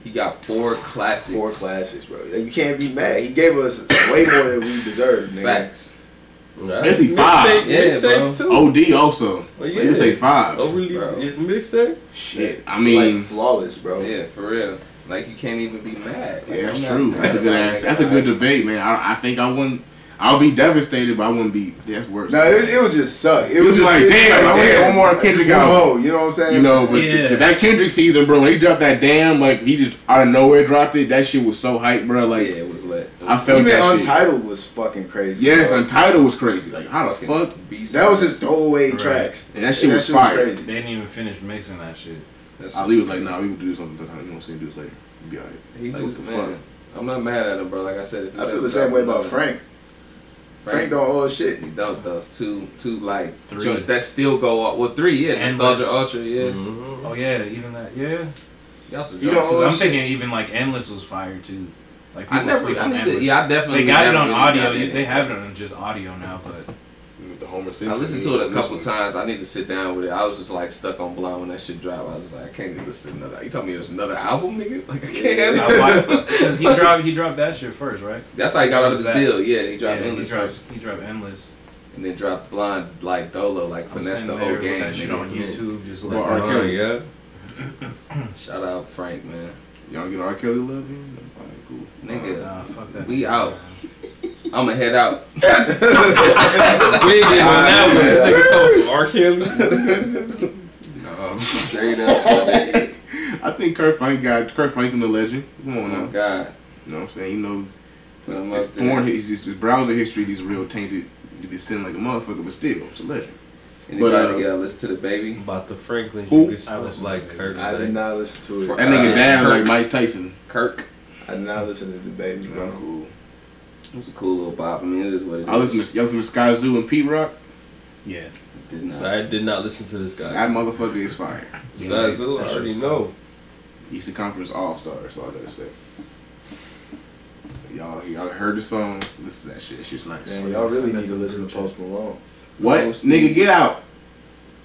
He got four classics. Four classics, bro. Like, you can't be mad. He gave us way more than we deserved, nigga. Facts. Fifty five. Yeah, Mixtapes too. OD also. Oh, Like, you say five. Overly Bro. is mixtape. Shit. I like, mean, flawless, bro. Yeah, for real. Like you can't even be mad. Like, yeah, that's I'm not true. mad That's a good about ass. that That's a guy. good debate, man. I, I think I wouldn't. I'll be devastated, but I wouldn't be. That's worse. No, it, it would just suck. It was was just like, it's damn, I wanted one more just Kendrick one album. more, You know what I'm saying? You know, but Yeah. th- that Kendrick season, bro, when he dropped that damn, like he just out of nowhere dropped it. That shit was so hype, bro. Like yeah, it was lit. I felt even that shit. Untitled was fucking crazy. Yes, bro. Untitled was crazy. Like how the fuck? Beast. that was his throwaway tracks. And that shit was fire. crazy. They didn't even finish mixing that shit. That's Ali was what- like, nah, we will do this on the time. You know what I'm saying? Do this later. We'll Be alright. He like, just what the fuck? man, I'm not mad at him, bro. Like I said, if he I feel does the it, same way I'm about not- Frank. Frank don't owe us shit. He dope though. Two, two like Three. joints that still go up. Well, three, yeah. Endless. Nostalgia Ultra, yeah. Mhm. Oh yeah, even that. Yeah. Y'all some You jokes. know, Oh, I'm shit. thinking even like Endless was fire too. Like people I never, sleep I on need to, Endless. yeah, I definitely. they got it never on really audio. got in. They have it on just audio now, but With the Homer Simpson. I listened to it a this couple one. times. I need to sit down with it. I was just like stuck on Blonde when that shit dropped. I was like, I can't even listen to another. You told me there's another album, nigga. Like I can't. because he dropped he dropped that shit first, right? That's how he got out of his That- deal. Yeah, he dropped yeah, Endless he dropped first, he dropped Endless. and then dropped Blonde like Dolo, like I'm finesse sitting the there whole with game. That shit nigga. on YouTube, just Well, like R. Oh, Kelly. yeah. Shout out Frank, man. Y'all get R. Kelly love in? Alright, cool. Nigga, nah, uh, fuck that. we out. I'ma head out. We ain't getting on that one. Yeah. Nigga told some R. Kelly. Um, Straight up. I think Kurt Frank got Kurt Franklin the legend. Come Oh on my now. God, You know what I'm saying? You know put him his up porn there. his, his browser history is real tainted. You be sitting like a motherfucker, but still it's a legend. Anybody But, uh, gotta listen to the baby? About the Franklin, Who? you could I stuff listen like to Kirk I did said. not listen to it. That nigga Uh, down Kirk. like Mike Tyson. Kirk. I did not listen to the baby, You know, bro. cool. It was a cool little bop. I mean, it is what it is. I listen to I listen to Sky Zoo and Pete Rock. Yeah. Did not. I did not listen to this guy. That motherfucker is fire. This guy's I That shit already was know. He's the conference all star. So I gotta say. Y'all, y'all heard the song. Listen to that shit. That shit's nice. Damn, y'all really need to listen to Post Malone. What? Oh, Nigga, Steve. get out.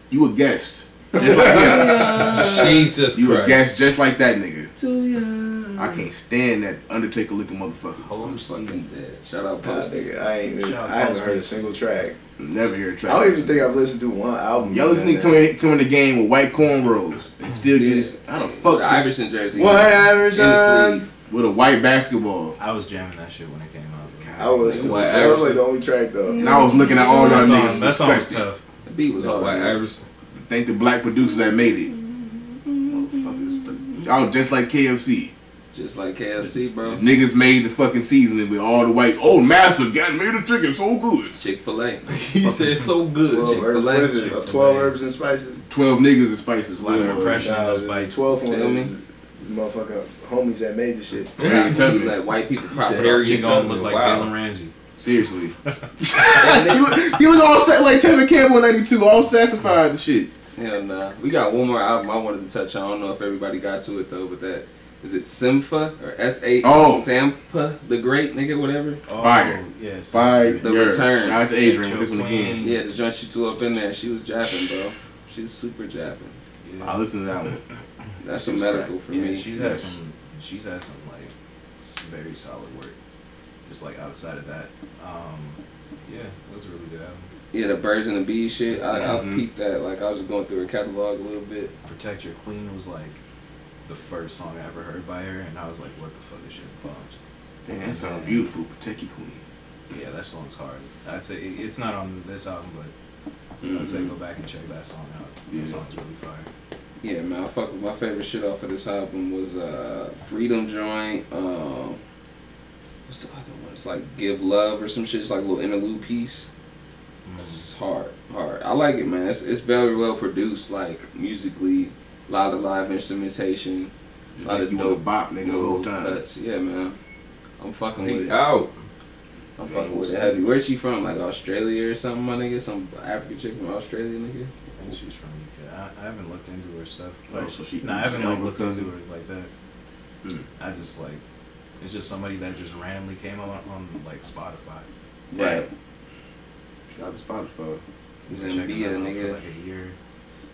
You a guest. Just like him. Jesus You a Christ. guest just like that nigga. Too young. I can't stand that Undertaker looking motherfucker. Oh, I'm fucking dead. Shout out Nah, Posty. nigga, I ain't. Shout out I haven't Post heard a Malone. single track. Never hear a I track. don't even think I've listened to one album. Y'all listen to Man, come in, come in the game with white cornrows and still get Yeah. his. How the Fuck fuck the this- Iverson jersey. What In the Iverson? sleeve. with a white basketball? I was jamming that shit when it came out. I was. Why That was like Iverson? the only track though. And I was looking at all y'all That niggas. song, that song was respected. tough. The beat was hard. White man. Iverson. Thank the black producers that made it. Motherfuckers. Y'all just like KFC. Just like KFC, bro. Niggas made the fucking seasoning with all the white. Oh, master got made the chicken so good. Chick Fil A. He said so good. Twelve herbs. What is it? Twelve herbs and spices. Twelve niggas and spices. A lot of Lil' impression in Nah, those the bites. Twelve on Feel me? those motherfucker homies that made the shit. Harry Tubman. Like white people said profit Harry off She chicken. gonna look like Wow. Jalen Ramsey. Seriously. he, look, he look all set like Tevin Campbell in 92, all sassified and shit. Hell nah. We got one more album I wanted to touch on. I don't know if everybody got to it though, but that is it Simfa or S A Oh. Sampa the Great nigga, whatever. Oh, Fire. Yes. Five The years. return. Shout out to Adrian with this one Queen. again. Yeah, the joint she threw up in there, she was japping, bro. She was super japping. Yeah. I listen to that one. That's a medical for yeah, me. She's had Yes. some. She's had some like some very solid work. Just like outside of that, um, yeah, that was a really good album. Yeah, the birds and the bees shit. I, I Mm-hmm. Mhm. peeped that. Like I was just going through her catalog a little bit. Protect Your Queen was like the first song I ever heard by her, and I was like, what the fuck is shit bombs? Damn, that sounds beautiful. Protect your queen. Yeah, that song's hard. I'd say it, it's not on this album, but I'd say go Mm-hmm. back and check that song out. Yeah. That song's really fire. Yeah, man. I fuck with my favorite shit off of this album was uh Freedom Joint. Um, what's the other one? It's like Give Love or some shit. It's like a little interlude piece. Mm-hmm. It's hard, hard. I like it, man. It's, it's very well produced, like musically. A lot of live instrumentation. A lot Like of you want to dope bop, nigga, the whole little time. cuts. Yeah, man. I'm fucking with He it. out. I'm fucking with it heavy. Where's she from? Like Australia or something, my nigga? Some African chick from Australia, nigga? I think she's from UK. I, I haven't looked into her stuff. Oh, so she- no, I haven't she like over looked cousin. into her like that. Mm. I just like it's just somebody that just randomly came on on like Spotify. Right. Shout out to Spotify. Zambia, them out for nigga. like a year.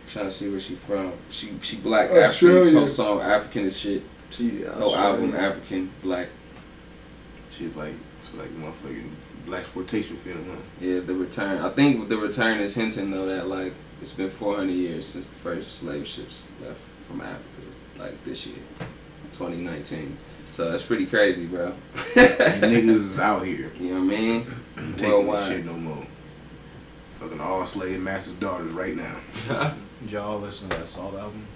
Trying to see where she from. She she black Australia. African, whole song African as shit. She, Oh, album African Black. Shit like it's like motherfucking black exploitation film. Huh? Yeah, the return. I think the return is hinting though that like it's been 400 years since the first slave ships left from Africa, like this year, 2019. So that's pretty crazy, bro. you You niggas is out here. know what I mean? You ain't taking this Worldwide. shit no more. Fucking all slave masters' daughters right now. Did y'all listen to that Salt album?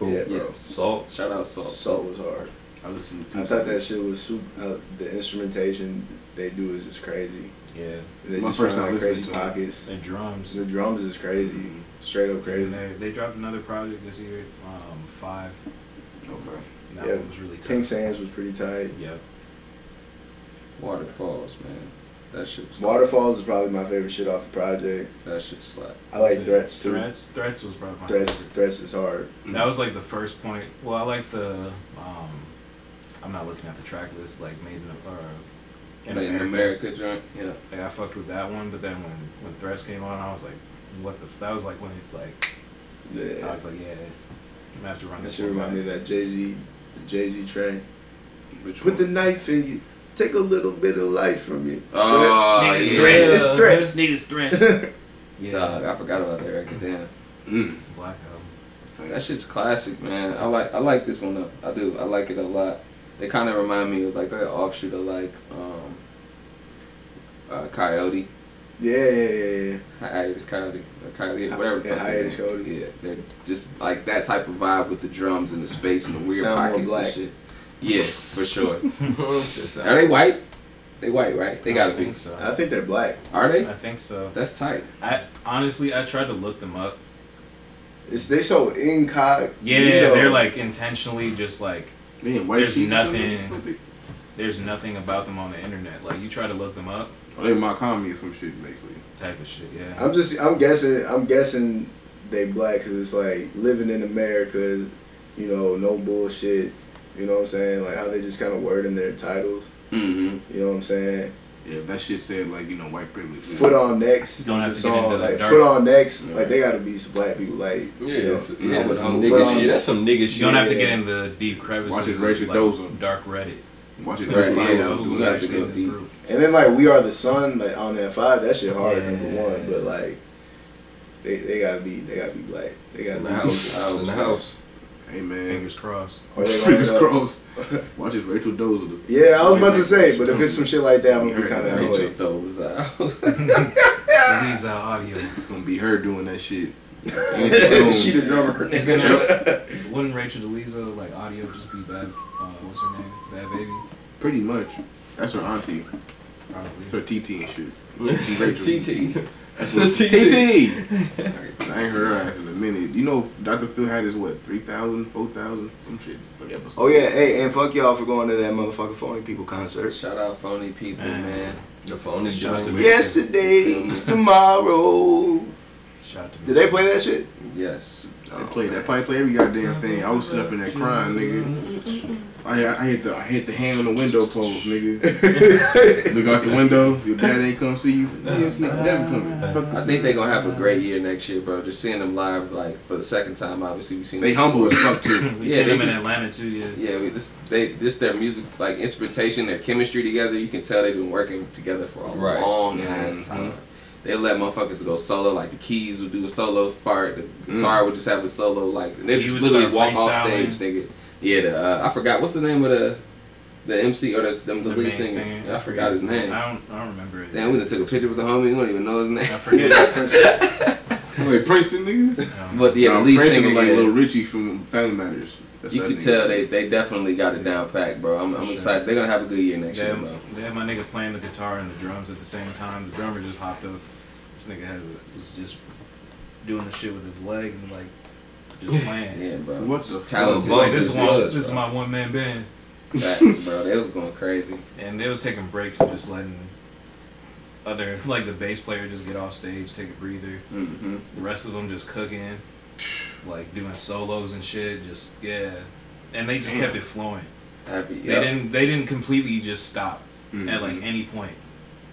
Yeah, bro. Yes. Salt. Shout out Salt. Salt was hard. I listen to I thought that shit was super. Uh, the instrumentation they do is just crazy. Yeah. They My just first run, time like listening crazy to it. pockets. The drums. The drums is crazy, straight up And crazy. they, they dropped another project this year, um, Five. Okay. and That Yeah. one was really tough. Pink Sands was pretty tight. Yep. Waterfalls, man. That shit was. Waterfalls is probably my favorite shit off the project. That shit slap. I like So, Threats too. Threats. Threats was probably my Threats, favorite. threats is hard. That was like the first point. Well, I like the. Um, I'm not looking at the track list. Like Made in, uh, in Made in America joint. Yeah. Like I fucked with that one, but then when when Threats came on, I was like, what the? F-? That was like when it like. I Yeah, was like, yeah. I'm gonna have to run that this. should one remind me of back. that Jay Z, the Jay Z track. Which Put the one? knife in you. Take a little bit of life from you. Oh, Niggas yeah. threats. It's threats. Niggas threats. Threats. Yeah. Dog, I forgot about that record. Damn. Mm. Black album. That shit's classic, man. I like I like this one up. I do. I like it a lot. They kind of remind me of like that offshoot of like um, uh, Coyote. yeah, yeah, yeah, yeah. Hi- Hiatus Coyote or Coyote, whatever. the Yeah, fuck they Hiatus name. Coyote. Yeah, they're just like that type of vibe with the drums and the space and the weird Sound more pockets black. and shit. Yeah, for sure. Shit, Are son. they white? They white, right? They I gotta be. think so. I think they're black. Are they? I think so. That's tight. I honestly, I tried to look them up. It's they so incog. Yeah, they're like intentionally just like They ain't white There's sheets or nothing- something? Fuck they- there's nothing about them on the internet. Like you try to look them up, Oh, they mock homie or some shit basically. type of shit. Yeah. I'm just. I'm guessing. I'm guessing they black because it's like living in America. Is, you know, no bullshit. You know what I'm saying? Like how they just kind of word in their titles. Mm-hmm. You know what I'm saying? Yeah, if that shit said like you know white privilege. yeah. Foot on next. Don't have is to a get into song, that like, dark. Foot on next. Like Right. they gotta be some black people. Like Yeah, you know, it's- yeah, I'm- that's some I'm nigga from- shit. That's some nigga you shit. don't have to yeah. get in the deep crevices. Watch his of, Rachel like, Dozer. Dark Reddit. Watch it. Right, Right, yeah, yeah, dude, who you have to actually go in this deep. group. And then like We Are the Sun, like on that five, that shit hard Yeah. number one. But like they, they gotta be they gotta be black. They It's gotta in be the house. It's in the house. Hey man. Fingers crossed. or they gonna Fingers end up- crossed. Watch it, Rachel Dozer. Yeah, I was about to say, but if it's some shit like that, I'm gonna be kinda Rachel annoyed. throws out. These are audio. It's gonna be her doing that shit. she the drummer. Is it a- Wouldn't Rachel DeLisa like audio just be bad? Uh, what's her name? Bad baby. Pretty much. That's her auntie. It's Probably. her TT and shit. It's a Rachel. TT. That's a TT. TT. I ain't heard her ass in a minute. You know, Dr. Phil had his what, 3,000, 4,000, some shit. eh. Like episode. Oh yeah, hey, and fuck y'all for going to that motherfucking phony people concert. Shout out phony people, Man. man. The phone is Shout out to showing. me. Yesterday's tomorrow. Shout out to Did they play that shit? Yes. They played that pipe, play every goddamn thing. I was sitting up in there crying, nigga. I, I hit the I hit the hand on the window post, nigga. Look out the window, your dad ain't come see you. Damn, this nigga never coming. Fuck I this think they're gonna have a great year next year, bro. Just seeing them live, like for the second time, obviously we seen They them. humble as fuck too. Yeah, We seen they them in just- Atlanta too. Yeah. Yeah, we, this they this their music like instrumentation, their chemistry together. You can tell they've been working together for a Right. long ass time. They let motherfuckers go solo, like the keys would do a solo part, Mm. the guitar would just have a solo, like and they You just would literally start walk off freestyling. stage, nigga. Yeah, the, uh, I forgot what's the name of the the MC or the, the, the, The lead main singer. singer. I forgot his name. I don't. I don't remember it. Damn, we done took a picture with the homie. We don't even know his I name. forget. Wait, Princeton nigga? Um, But yeah, Nah, the lead Princeton singer, like yeah. Little Richie from Family Matters. That's You that could nigga. tell they, they definitely got it down packed, bro. I'm, For I'm sure. excited. They're gonna have a good year next They year, had, bro. they had my nigga playing the guitar and the drums at the same time. The drummer just hopped up. This nigga has was just doing the shit with his leg and like just playing. Yeah, bro. What the Just talent? fuck? He's like, this is This one, was, this is bro. my one man band, Facts, bro. They was going crazy. and they was taking breaks and just letting other like the bass player just get off stage, take a breather. Mm-hmm. The rest of them just cooking, like doing solos and shit. Just yeah, and they just kept it flowing. Happy. Yep. They didn't they didn't completely just stop at like Mm-hmm. Mhm. any point.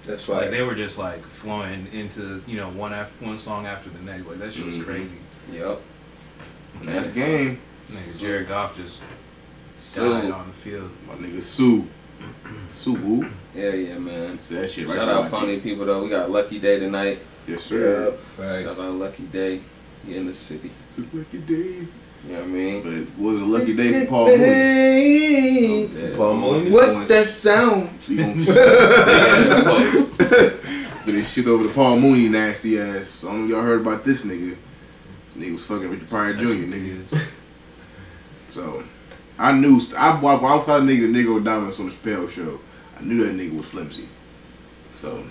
That's Like fire. they were just like flowing into you know one after one song after the next. Like that Mm-hmm. shit was Mhm. crazy. Yep. That's game. This nigga Jared Goff just died So on the field. My nigga Sue. Sue Wu. yeah, yeah, man. So that shit right Shout there, out my funny G. people though. We got Lucky Day tonight. Yes, sir. Shout out Lucky Day. He in the city. It's a lucky day. You know what I mean? But it was a lucky day for Paul Mooney. Yeah. Paul Mooney. What's that sound? We gonna- But they shit over the Paul Mooney nasty ass. I don't know if y'all heard about this nigga. This nigga was fucking Richard Pryor Jr. nigga. So I knew I when I was telling nigga Negro Dominus on the Chappelle show. I knew that nigga was flimsy. So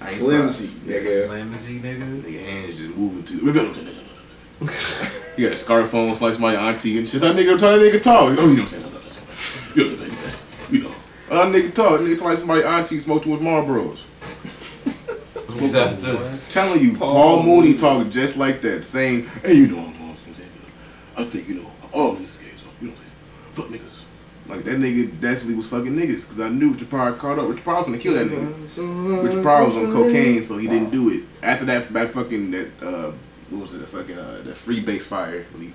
I ain't Flimsy, surprised. nigga. Flimsy nigga. Nigga hands just moving too. You got a scarf on, slice my auntie and shit. That nigga trying that nigga talk. Oh, you know what I'm saying? You know, you know. Uh, nigga talk. Nigga talk like somebody auntie smoked with Marlboros. telling you, Paul, Mooney talked just like that, saying, "Hey, you know, I'm, I'm, I'm saying, you know, I think you know, all these games, you know, what I'm saying? fuck niggas." Like that nigga definitely was fucking niggas, cause I knew Richard Pryor caught up. Richard Pryor was gonna kill that nigga. Richard Pryor was on cocaine, so he didn't do it. After that, that fucking that uh, what was it? The fucking uh, that free base fire when he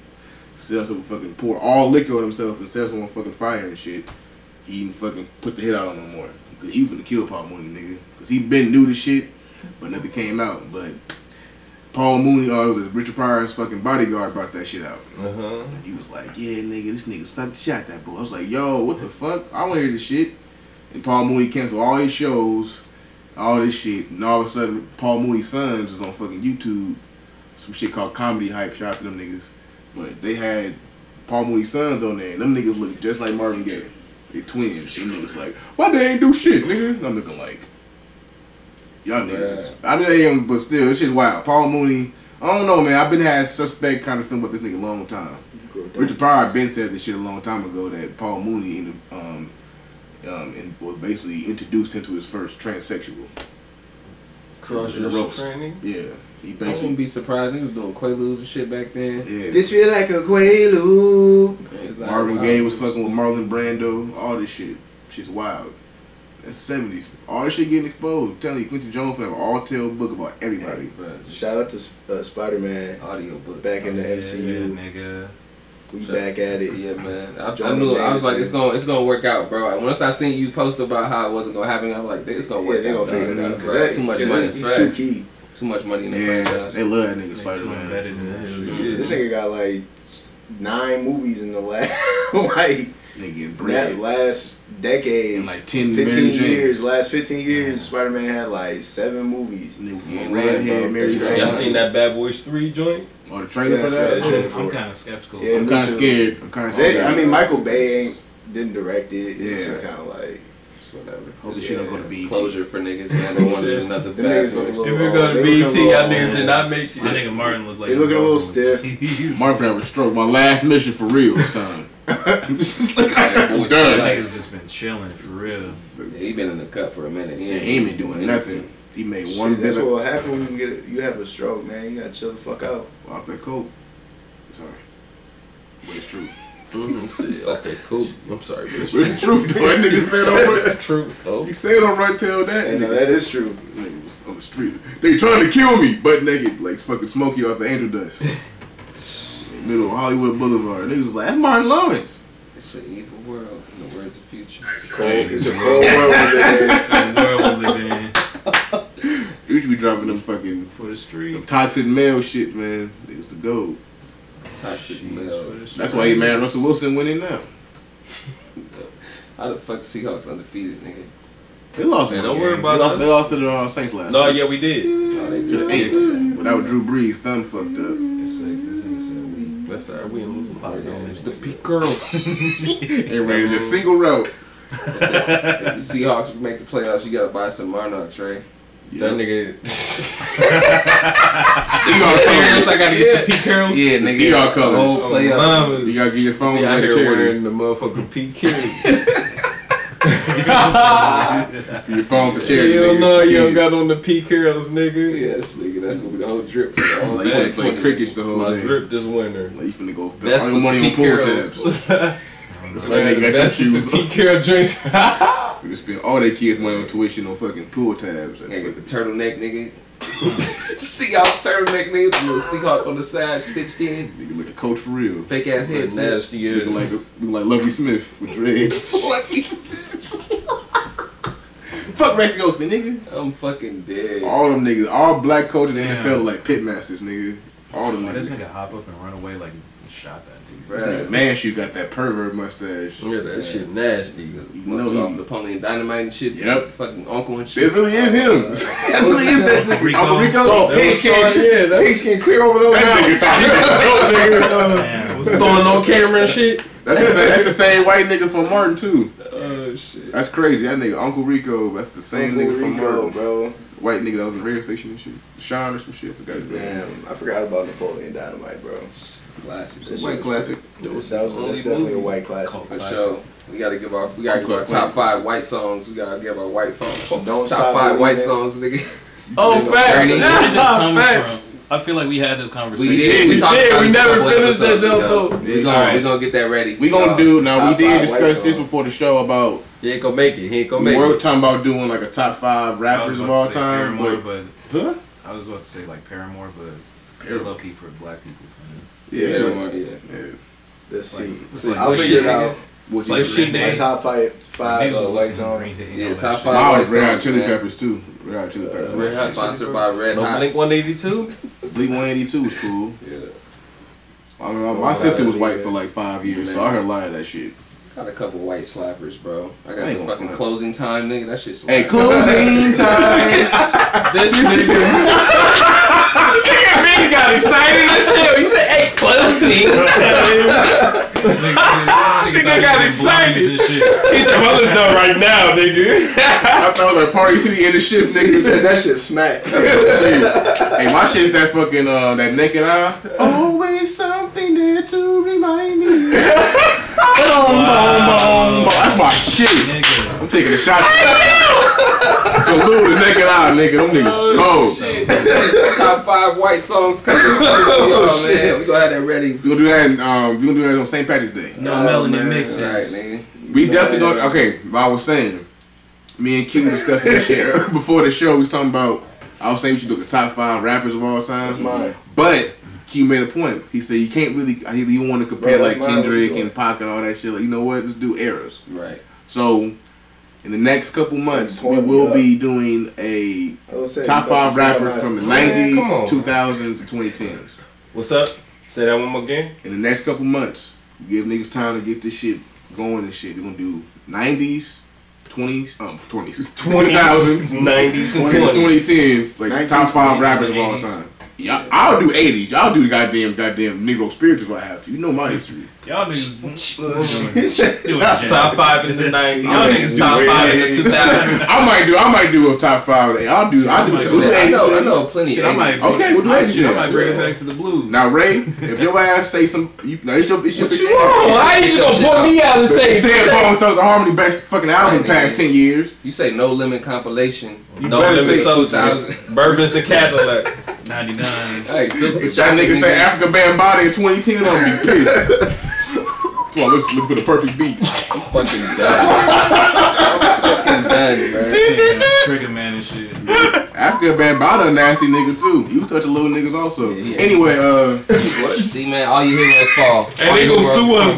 sells some fucking pour all liquor on himself and sells him on fucking fire and shit. He even fucking put the hit out on no more. Cause he was gonna kill Paul Mooney, nigga, cause he been new to shit, but nothing came out. But Paul Mooney, or was it Richard Pryor's fucking bodyguard, brought that shit out. Uh huh. And he was like, "Yeah, nigga, this nigga's fucking shot that boy." I was like, "Yo, what the fuck? I want to hear this shit." And Paul Mooney canceled all his shows, all this shit, and all of a sudden, Paul Mooney's sons is on fucking YouTube, some shit called Comedy Hype. Shout out to them niggas, but they had Paul Mooney's sons on there, and them niggas look just like Marvin Gaye. They twins. Them niggas like, why they ain't do shit, nigga? And I'm looking like, y'all niggas. Is, I know they ain't, but still, this shit wild. Paul Mooney. I don't know, man. I've been had suspect kind of feeling about this nigga a long time. Richard Pryor been said this shit a long time ago that Paul Mooney in the, um um and well, basically introduced him to his first transsexual. Cross-dressing training? Yeah, he I wouldn't basically be surprised. He was doing Quaaludes and shit back then. yeah. Oh. This feel like a Quaalude. It's like, Marvin wow, Gaye was it fucking with Marlon Brando. All this shit, shit's wild. That's seventies. All this shit getting exposed. I'm telling you, Quincy Jones have an all tale book about everybody. Bruh, just Shout out to uh, Spider Man. Audio book. Back in the Yeah, MCU, nigga. we back at it. Yeah, man. I, I Johnny knew I was like, Jameson. it's gonna, it's gonna work out, bro. Once I seen you post about how it wasn't gonna happen, I'm like, it's gonna Yeah, work they out. gonna figure it dog. out. 'cause Bruh, that- too much yeah, money. He's too Bruh, key. Too much money in the Yeah, franchise. they love that nigga They Spider too Man. embedded in that shit. This nigga got like nine movies in the last like Nigga get that bread. last decade. In like ten, Mary Fifteen Jane. years, last fifteen years, Spider Man had like seven movies. Nigga from Yeah, Redhead, bro. Mary Y'all Jane. Y'all seen that Bad Boys Three joint? Or the trailer Yeah, for that? so- I'm, kind of skeptical. Yeah, I'm me kind of too. scared. I'm kind of They- scared. I mean, Michael Bay ain't didn't direct it. Yeah. It's Yeah. just kind of like It's whatever. Hope this Just shit don't go to E BET. Closure for niggas, man. They want to do another Them bad niggas look a boys. little- If we go to They look a BT, y'all little- niggas did not make My shit. nigga Martin looked like They he looking a little was stiff. He's- Marvin had a stroke. My last mission for real this time. Just like, I'm That done. nigga's just been chilling for real. Yeah, he been in the cut for a minute. He Yeah, he ain't been doing nothing. He made one shit, that's bit what of will happen when you get a, you have a stroke, man. You gotta chill the fuck out. off that coat. Sorry, but it's true. Mm-hmm. Mm-hmm. Okay, cool. I'm sorry, bitch. But it's true. though. That nigga said on right. True. Oh. He said on right tail that. And uh, nigga, that is true. nigga was on the street. They trying to kill me, butt naked, like fucking Smokey off the angel dust. Middle of Hollywood Boulevard. Niggas was like, that's Martin Lawrence. It's an evil world. In the words of future. Cold, it's a cold world. over there. The world we live in Future be dropping them fucking for the Them street. toxic male shit, man. Niggas the gold. Toxic Jeez, for male. the street. That's why he mad Russell Wilson winning now. How the fuck Seahawks undefeated, nigga? They lost. Hey, one don't game. worry about they lost, us. they lost to the uh, Saints last. No, No, yeah, we did. Oh, they to do the that shit. Saints. Without Drew Brees, thumb fucked up. It's like this nigga said we. That's all right. We ain't losing. probably don't Yeah, lose The this peak girls. Everybody just single route. If the Seahawks make the playoffs, you gotta buy some Monarchs, right? That nigga. Seahawk colors. I gotta Yeah. get the Pete Carroll. Yeah, The nigga. Seahawk the colors. Whole playoff. Mamas. Oh, You gotta get your phone Be out away to here charity. wearing the motherfucking Pete Carroll. Your phone for charity. Hell nigga, no, for you don't kids. got on the Pete Carroll's, nigga. Yes, nigga. That's gonna be the whole drip for the whole Like, you wanna thing. play crickets the It's whole my day. drip this winter. Like, you finna go. That's all what your money the on Pete pool Carroll's. tabs. That's why Man, they the got their best shoes with the Pete Carroll drinks. Finna spend all their kids' money on tuition on fucking pool tabs. Nigga, the turtleneck, nigga. Seahawks turtleneck nigga, little Seahawk on the side, stitched in, Nigga like a coach for real. fake ass headset. nasty ass. Looking like a, looking like Lovey Smith with dreads. Fuck Randy Goldsmith, nigga. I'm fucking dead. All them niggas, all black coaches in the Damn. NFL are like pitmasters, nigga. All them Why this niggas. nigga hop up and run away like he shot that dude? This nigga Manshew got that pervert mustache. Yeah, that shit nasty. know Motherfuckers he- off Napoleon Dynamite and shit. Yep. Fucking uncle and shit. It really is him. It really is that nigga. Rico. Uncle Rico. Oh, that was Sean, yeah, that- pigskin clear over Oh, those mountains. Man, what's Throwing on camera and shit. That's the, same, that's the same white nigga from Martin too. Oh shit. That's crazy. That nigga Uncle Rico. That's the same Uncle nigga from Rico, Martin. bro. White nigga that was in the radio station and shit. Sean or some shit. I forgot his name. Damn, I forgot about Napoleon Dynamite, bro. Classic. White classic. That was, that's definitely a white classic. For sure. We gotta give our we gotta give our Okay. top five white songs. We gotta give our white songs. Top Don't stop five white believing. songs, nigga. Oh, facts. Journey. Where did this come Facts. from? I feel like we had this conversation. We did. We talked did. about We this a never couple finished that episodes joke, ago. though. We gonna Alright. we gonna get that ready. We gonna Y'all. do now. We Top did five white discuss this song. before the show about He ain't gonna make it. He ain't gonna we make were it. talking about doing like a top five I was rappers of about all to say time. Paramore, but- but huh? I was about to say like Paramore, but they're low key for black people. for me. Yeah. Yeah. yeah. yeah. Let's see. It's like I'll Bush figure it shit, out. Was Like he? Green My Day. top five, five Niggas uh, was white listening to songs. Green Day and Yeah, all that top shit. five. Mine white was Red Hot songs, Chili man. Peppers too. Red Hot Chili Peppers. Red Hot Sponsored by Red No Hot. Blink 182. Blink 182 was cool. Yeah. I mean, my, my Yeah. sister was white for like five years, so I heard a lot of that shit. Got a couple white slappers, bro. I got I ain't the gonna fucking front. closing time, nigga. That shit's Hey, closing time. This nigga. He got excited as hell. He said, Hey, closing. This nigga, this Nigga nigga got got excited. And shit. he said, well, it's done right now, nigga. I thought it was like Party City in the shift, He nigga. said that shit smack. Shit. hey, my shit's that fucking uh, that naked eye. Always something there to remind me. Boom, boom, boom, boom. That's my shit. Nigga, I'm taking a shot. Salute the naked eye, nigga. Them niggas cold. Oh, Shit. Top five white songs coming soon. Oh, man. We gonna have that ready. We gonna do that. In, um, we gonna do that on St. Patrick's Day. No Oh, melanin man. All right, mixes. nigga. We definitely gonna. Okay, but I was saying, me and Q were discussing this shit before the show. We was talking about. I was saying we should do the top five rappers of all time. That's mine. But Q made a point. He said you can't really. I you want to compare Bro, that's like mine. What you Kendrick doing? and Pac and all that shit. Like you know what? Let's do eras. Right. So. In the next couple months, we Point me will up. be doing a I was saying, top you five fucking rappers realize- from the Man, come on. '90s, 2000s, to 2010s. What's up? Say that one more game. in the next couple months, give niggas time to get this shit going and shit. We're gonna do nineties, twenties, um twenties, twenty thousands, 90s, and 20s. twenty tens, like top five 1920s, rappers of all 80s. time. Yeah, I'll do eighties. Y'all do goddamn goddamn Negro spirits if I have to. You know my history. y'all niggas doing Top shit. five in the 90s. Y'all niggas top do five in weird. the 2000s. I might do. I might do a top five. I'll do. I'll do. I two might I know. I eighties. know plenty. Shit, of I might. eighties. Okay, we'll do I, that shit, I shit. might bring it back to the blue. Now Ray, if your ass say some, you, now it's your it's your. What you thing. want? Oh, how you just gonna point me out and They say, said Bone Thugs and Harmony best fucking album Right, past nigga. ten years. You say no limit compilation. No better limit say soldiers. 2000. Bourbons and Cadillac. 99. Hey, Silk the If that Shocker, nigga say Africa Band Body in 2010, I'm gonna be pissed. Come on, let's look for the perfect beat. fucking done. fucking done, bro. Nigga, Trigger man and shit. Africa Band Body a nasty nigga too. You touch a little niggas also. Yeah, yeah. Anyway, uh, See, man, all you hear is fall. and they gonna sue us,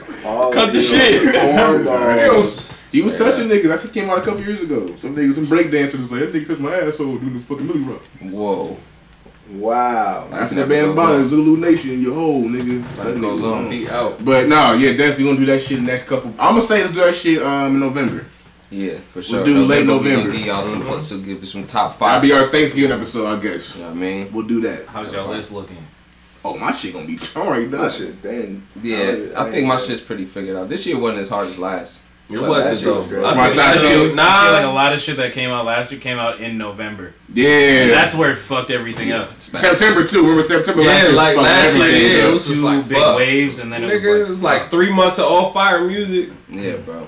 bro. All Cut the you shit. Corn balls. he was touching niggas. I think he came out a couple years ago. Some niggas, some breakdancers was like, that nigga touched my asshole doing the fucking Millie Rock. Whoa. Wow. Africa Band Body, Zulu Nation, your whole nigga. Life That goes nigga- on. He out. But no, yeah, definitely gonna do that shit in the next couple. I'm gonna say let's do that shit um, in November. Yeah, for sure. do late We November. gonna give y'all some, so give us some top 5 That'll be our Thanksgiving episode, I guess. You know what I mean? We'll do that. How's y'all list looking? Oh, my shit gonna be. I'm already done. That shit then. Yeah, I, think my shit's pretty figured out. This year wasn't as hard as last. It Well, that shit was wasn't great. though. I My think top that's two. a- I feel like a Nah. lot of shit that came out last year came out in November. Yeah. That's where it fucked everything up. September too. Remember September Yeah, last year? like Fucking last year, everything, yeah, bro. it Those was just two like, big fuck. waves, and then it was Nigga, like, it was like three months of all fire Mm. music. Hmm. Yeah, bro.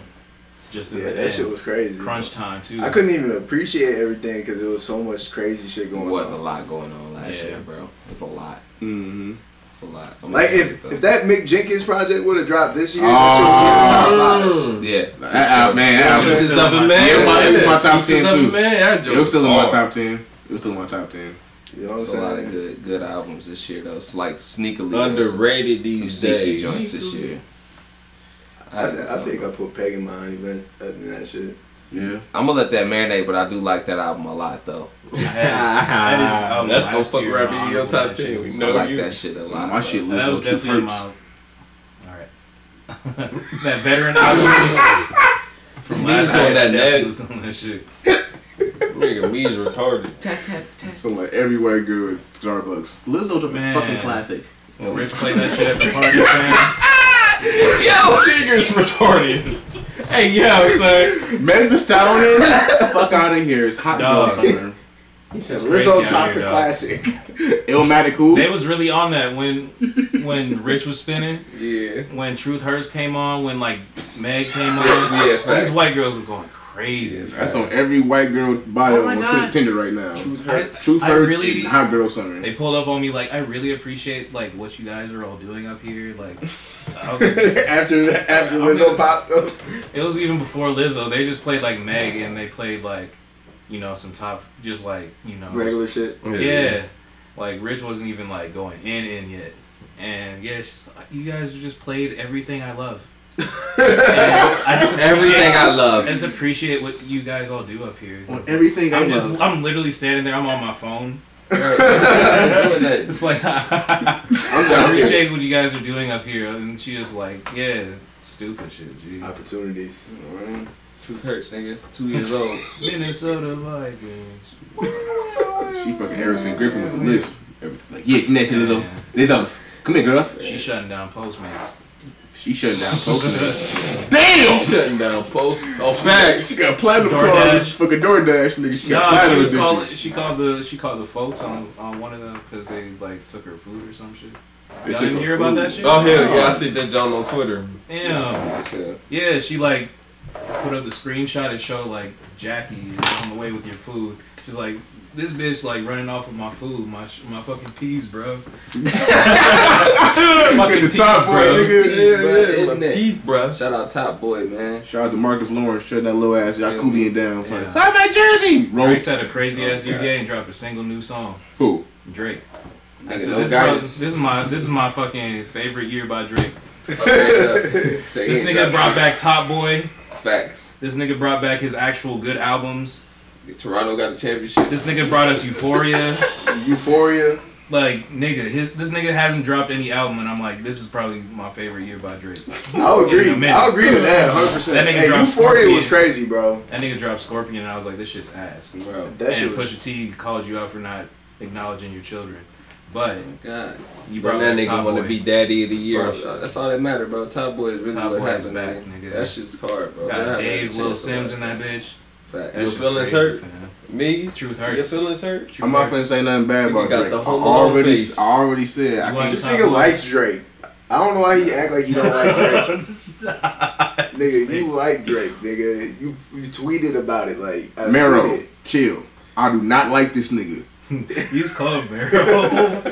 just in Yeah, the that shit end. was crazy. crunch time too. I couldn't even appreciate everything because there was so much crazy shit There going was a on. lot going on last Yeah. year, bro. It's a lot. Mm-hmm. It's a lot. I'm Like excited, if, though. if that Mick Jenkins project would have dropped this year, that shit would be in the top five. Mm. yeah, That, uh, man, that Sure. was, Pieces of a man. Yeah, it was my- it was my top Pieces 10 of a too. Man, that joke it was still in my hard. top ten. It was still in my top ten. You know what I'm It's a lot of saying? good good albums this year though. It's like sneakily Underrated some these sneaky days. joints this year. I, th- I think I put Peg in mine even other than that shit. Yeah. I'm gonna let that marinate, but I do like that album a lot though. That is album That's gonna last fuck year, around my being your honorable top mention ten. was- We I know like you. that shit a lot. My bro. shit lives That on was True definitely in Hurts. my. All right. that veteran album from last Knees on year, that neck. was on that shit. Nigga, me's retarded. So like everywhere girl at Starbucks. Lizzo dropped Man. a fucking classic. Rich played that shit at the party, fam. Nigga's retarded. Hey, yo, son. Meg the Stallion. fuck out of here. It's hot Dog. girl summer. It's Lizzo crazy out dropped here, the dog. classic. Illmatic who? They was really on that when when Rich was spinning, Yeah. when Truth Hurts came on, when like Meg came on. Yeah, facts. these white girls were going crazy. That's on every white girl bio Oh my on God. Tinder right now. Truth I- hurts. Truth I hurts really- and hot girl summer. They pulled up on me like, I really appreciate like what you guys are all doing up here. Like, I was like after that, after I'm Lizzo gonna- popped up, it was even before Lizzo. They just played like Meg and they played like, you know, some top just like you know regular shit. Yeah. Like Rich wasn't even like going in in yet. And yeah, it's just, you guys just played everything I love. And I just Everything appreciate- I love. I just appreciate what you guys all do up here. on everything I I'm just love. I'm literally standing there, I'm on my phone. Right. It's like I'm I down here. appreciate what you guys are doing up here. And she was like, yeah, stupid shit, G. Opportunities. Truth hurts, nigga. Two years old. Minnesota Vikings. She fucking Harrison Griffin with the list. Everything like yeah, connect Lizzo. Yeah. Lizzo, come here, girl. She shutting down Postmates. She shutting down Pokemon. Damn. Shutting down post. Oh, Facts. She got platinum DoorDash. cards. Fucking DoorDash, nigga. She got Nah, she platinum was edition. calling. She called the. She called the folks on, on one of them because they like took her food or some shit. They took Y'all didn't her hear about food. that shit? Oh hell yeah, I see that John on Twitter. Damn. That's it. Yeah, she like put up the screenshot and showed like Jackie is on the way with your food. She's like, this bitch like running off with my food, my sh- my fucking peas, bro. Fucking the fucking top peas, boy, bro. nigga. Yeah, yeah. Isn't it? Peace, bruh. Shout out Top Boy, man. Shout out to Marcus Lawrence shutting that little ass Jacobian down. Yeah. Sign my jersey. Drake's Roll. had a crazy ass Okay. UVA and dropped a single new song. Who? Drake. I Nigga, said, no this, is my, guidance. this is my this is my fucking favorite year by Drake. Say he This ain't nigga dropping brought back Top Boy. facts. This nigga brought back his actual good albums. Toronto got a championship. This nigga brought us Euphoria. Euphoria. Like nigga, his this nigga hasn't dropped any album, and I'm like, this is probably my favorite year by Drake. Mm-hmm. I'll agree. In a minute. I'll agree to that 100. percent That nigga Hey, Euphoria dropped Scorpion. was crazy, bro. That nigga dropped Scorpion, and I was like, this shit's ass. Bro, That shit and was. Pusha T called you out for not acknowledging your children, but God. you Bro, brought that back nigga Top wanna Boy. be daddy of the year. Bro, that's all that matter, bro. Top Boy is really Top what Boy is happened, back, man. nigga. That shit's hard, bro. That Got happened Dave, to Lil Chance the Sims in last that night. bitch. Facts. That Your shit's feelings crazy, hurt? fam. Me? Truth Your hurts. feelings hurt? I'm not finna say nothing bad Nigga about got Drake. the I whole already, face. I already said I You can't. want- This nigga likes Drake. I don't know why he act like he don't like Drake. Nigga, you like Drake, nigga. You, you tweeted about it, like I Mero, Mero. chill. I do not like this nigga. He's called Barrel.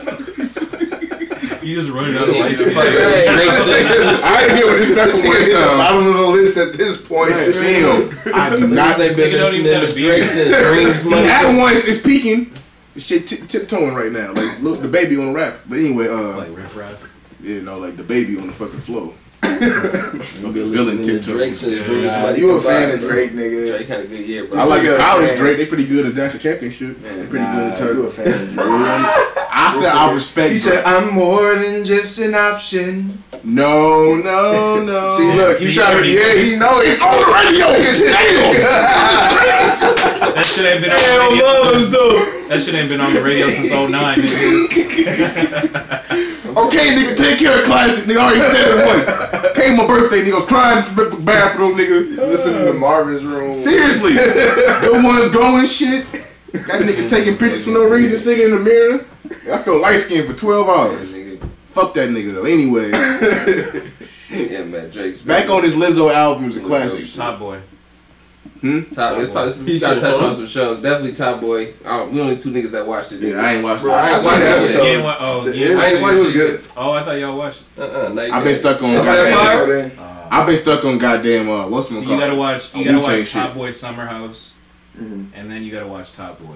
he just running out of Nigga, light you fucking skin. I didn't hear what this This special was nigga hit the time. bottom of the list at this point. Damn, I do not. Not they He been nigga don't even listening gotta to be Drake here. since Dreams Money. had once. It's peaking. This shit tip tiptoeing right now. Like look, the baby on the rap. But anyway, uh, Like Rip Rap. you know, like the baby on the fucking flow. You Fucking villain been listening to Drake tiptoeing. since Dreams Yeah. Money. You a fan of Drake, Drake nigga? had a good year, bro. I like Nigga, college man. Drake. They pretty good at national championship. Yeah. They pretty good Nah, at you turn. a fan of Drake? I said I respect. He said, Drake. "I'm more than just an option." no, no, no. See, look, See, he trying to. every- Yeah, he know it. on the radio. Damn. That shit ain't been on the radio. Since, that shit ain't been on the radio since 09, nigga. Okay, nigga, take care of classic. Nigga, I already said it once. Came my birthday, nigga, was crying in the bathroom, nigga. Listen to Marvin's room. Seriously, the one's going shit. That nigga's taking pictures for no reason, singing in the mirror. I feel light skinned for 12 Yeah, hours. nigga. Fuck that nigga though. Anyway, Yeah, man. Drake's back on his Lizzo album is a classic. Top Boy. Top, let's talk, we gotta touch on some shows. Definitely Top Boy. Um, we only two niggas that watched it. Yeah, I ain't watched Bro, I ain't it. watched seen the it. episode. Yeah, what- oh, The yeah, what- I ain't interview was watched it. good. oh, I thought y'all watched it. Uh-uh, now you I've been got- stuck on. I that seen the fire? episode then. I've been stuck on goddamn uh, what's my So you gotta watch, you gotta Wu-Tang watch shit. Top Boy Summer House, Mhm. and then you gotta watch Top Boy.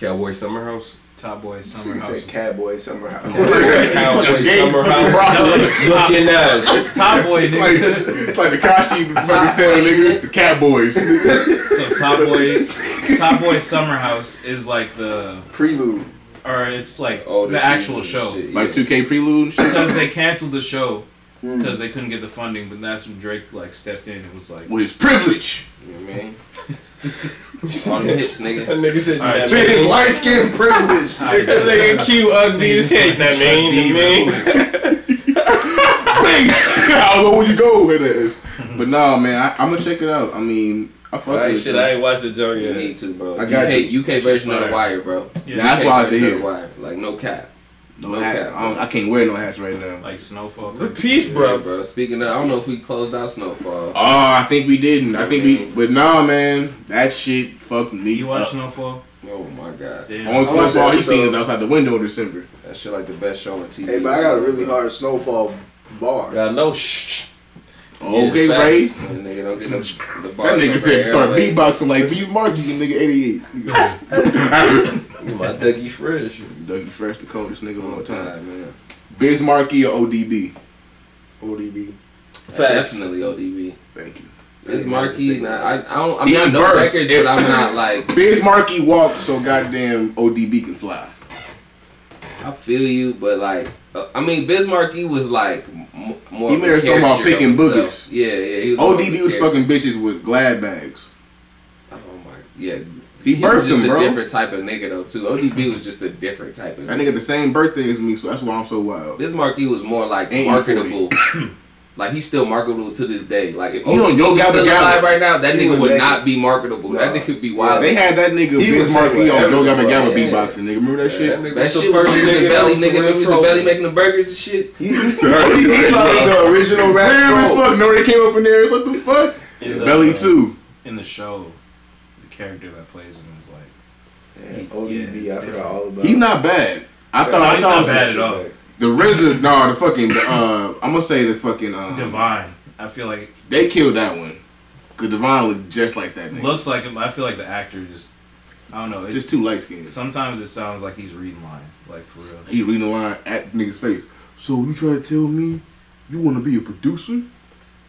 Cowboy Summer House. Top Boy Summer He House. said Catboy Summer House. Cowboy Summer Broccoli. House. Looking us. It's Top Boy, It's like, nigga. it's like the Kashi fucking saying, nigga. The Catboys. So Top Boy, Top Boy Summer House is like the, Prelude. or it's like Oh, the actual show. Like 2K Prelude and shit. because they canceled the show because they couldn't get the funding. But that's when Drake like stepped in and was like, With his privilege. You know what I mean? On the hips, nigga. nigga said that. Man, it's light skin privilege. Nigga cute ugly as heck. That mean, that mean. Base! I don't know where you go with this. But nah, man, I, I'm gonna check it out. I mean, I fuck Alright, with shit, it. I ain't watched the joke You yet. need to, bro. Oh, I got UK, UK version of the wire, bro. Yeah, that's UK why I version did. of The wire. Like no cap. No No hat. cap, I, don't- bro. I can't wear no hats right now. like Snowfall. Type. Repeat, Bro, bro. bro. Speaking of, I don't know if we closed out Snowfall. Oh, I think we didn't. I think we, but nah, man, that shit fucked me. You watch up. Snowfall? Oh my god, Damn. Uh, Only time watched that all he seen episode. is outside the window in December. that shit like the best show on TV. Hey, but I got a really hard snowfall bar. Got no shh. Okay, Yeah, Ray. facts. That nigga don't get no, the That bars nigga over said start airwaves. beatboxing like B Mark, you nigga 88. My Dougie Fresh. Dougie Fresh, the coldest nigga of All all time. E time, man. Bismarcky or ODB? ODB. Facts. Definitely ODB. Thank you. It's Marquee. Nah, I, I don't. I'm He not on no birth. records, but I'm not like. Bismarcky walks so goddamn ODB can fly. I feel you, but like. Uh, I mean, Biz Markie was like m- more. He of a married someone character picking of himself. boogies. Yeah, yeah. He was more of a ODB was character. fucking bitches with glad bags. Oh my. Yeah. He was birthed just him, a bro. different type of nigga though too. ODB was just a different type of That nigga. nigga the same birthday as me, so that's why I'm so wild. Biz Markie was more like Ain't he marketable. like he's still marketable to this day. Like if He on ODB Yo was Gabba still Gabba. alive right now, that He nigga would would make not be marketable. That Nah. nigga would be wild. They had that nigga He was Bismarcky saying on Yo Gabba whatever Gabba the fuck. beatboxing, nigga. Remember that shit? That shit first he was in belly nigga. Remember he was in belly making the burgers and shit. He, ODB probably the original Damn, rap as soul. fuck. Nobody came up in there. What the fuck? In the, Belly uh, too. In the show, the character that plays him is like Yeah, ODB, Yeah, I it's forgot all about. He's not bad. I thought. I he's thought not it was bad a- at all. The RZA, no, the fucking. Uh, I'm gonna say the fucking. Um, divine. I feel like they killed that one. Cause Devon looked just like that nigga. looks like him. I feel like the actor just I don't know. It, just too light skinned. sometimes it sounds like he's reading lines, like for real. He reading the line at the nigga's face. So you trying to tell me you want to be a producer?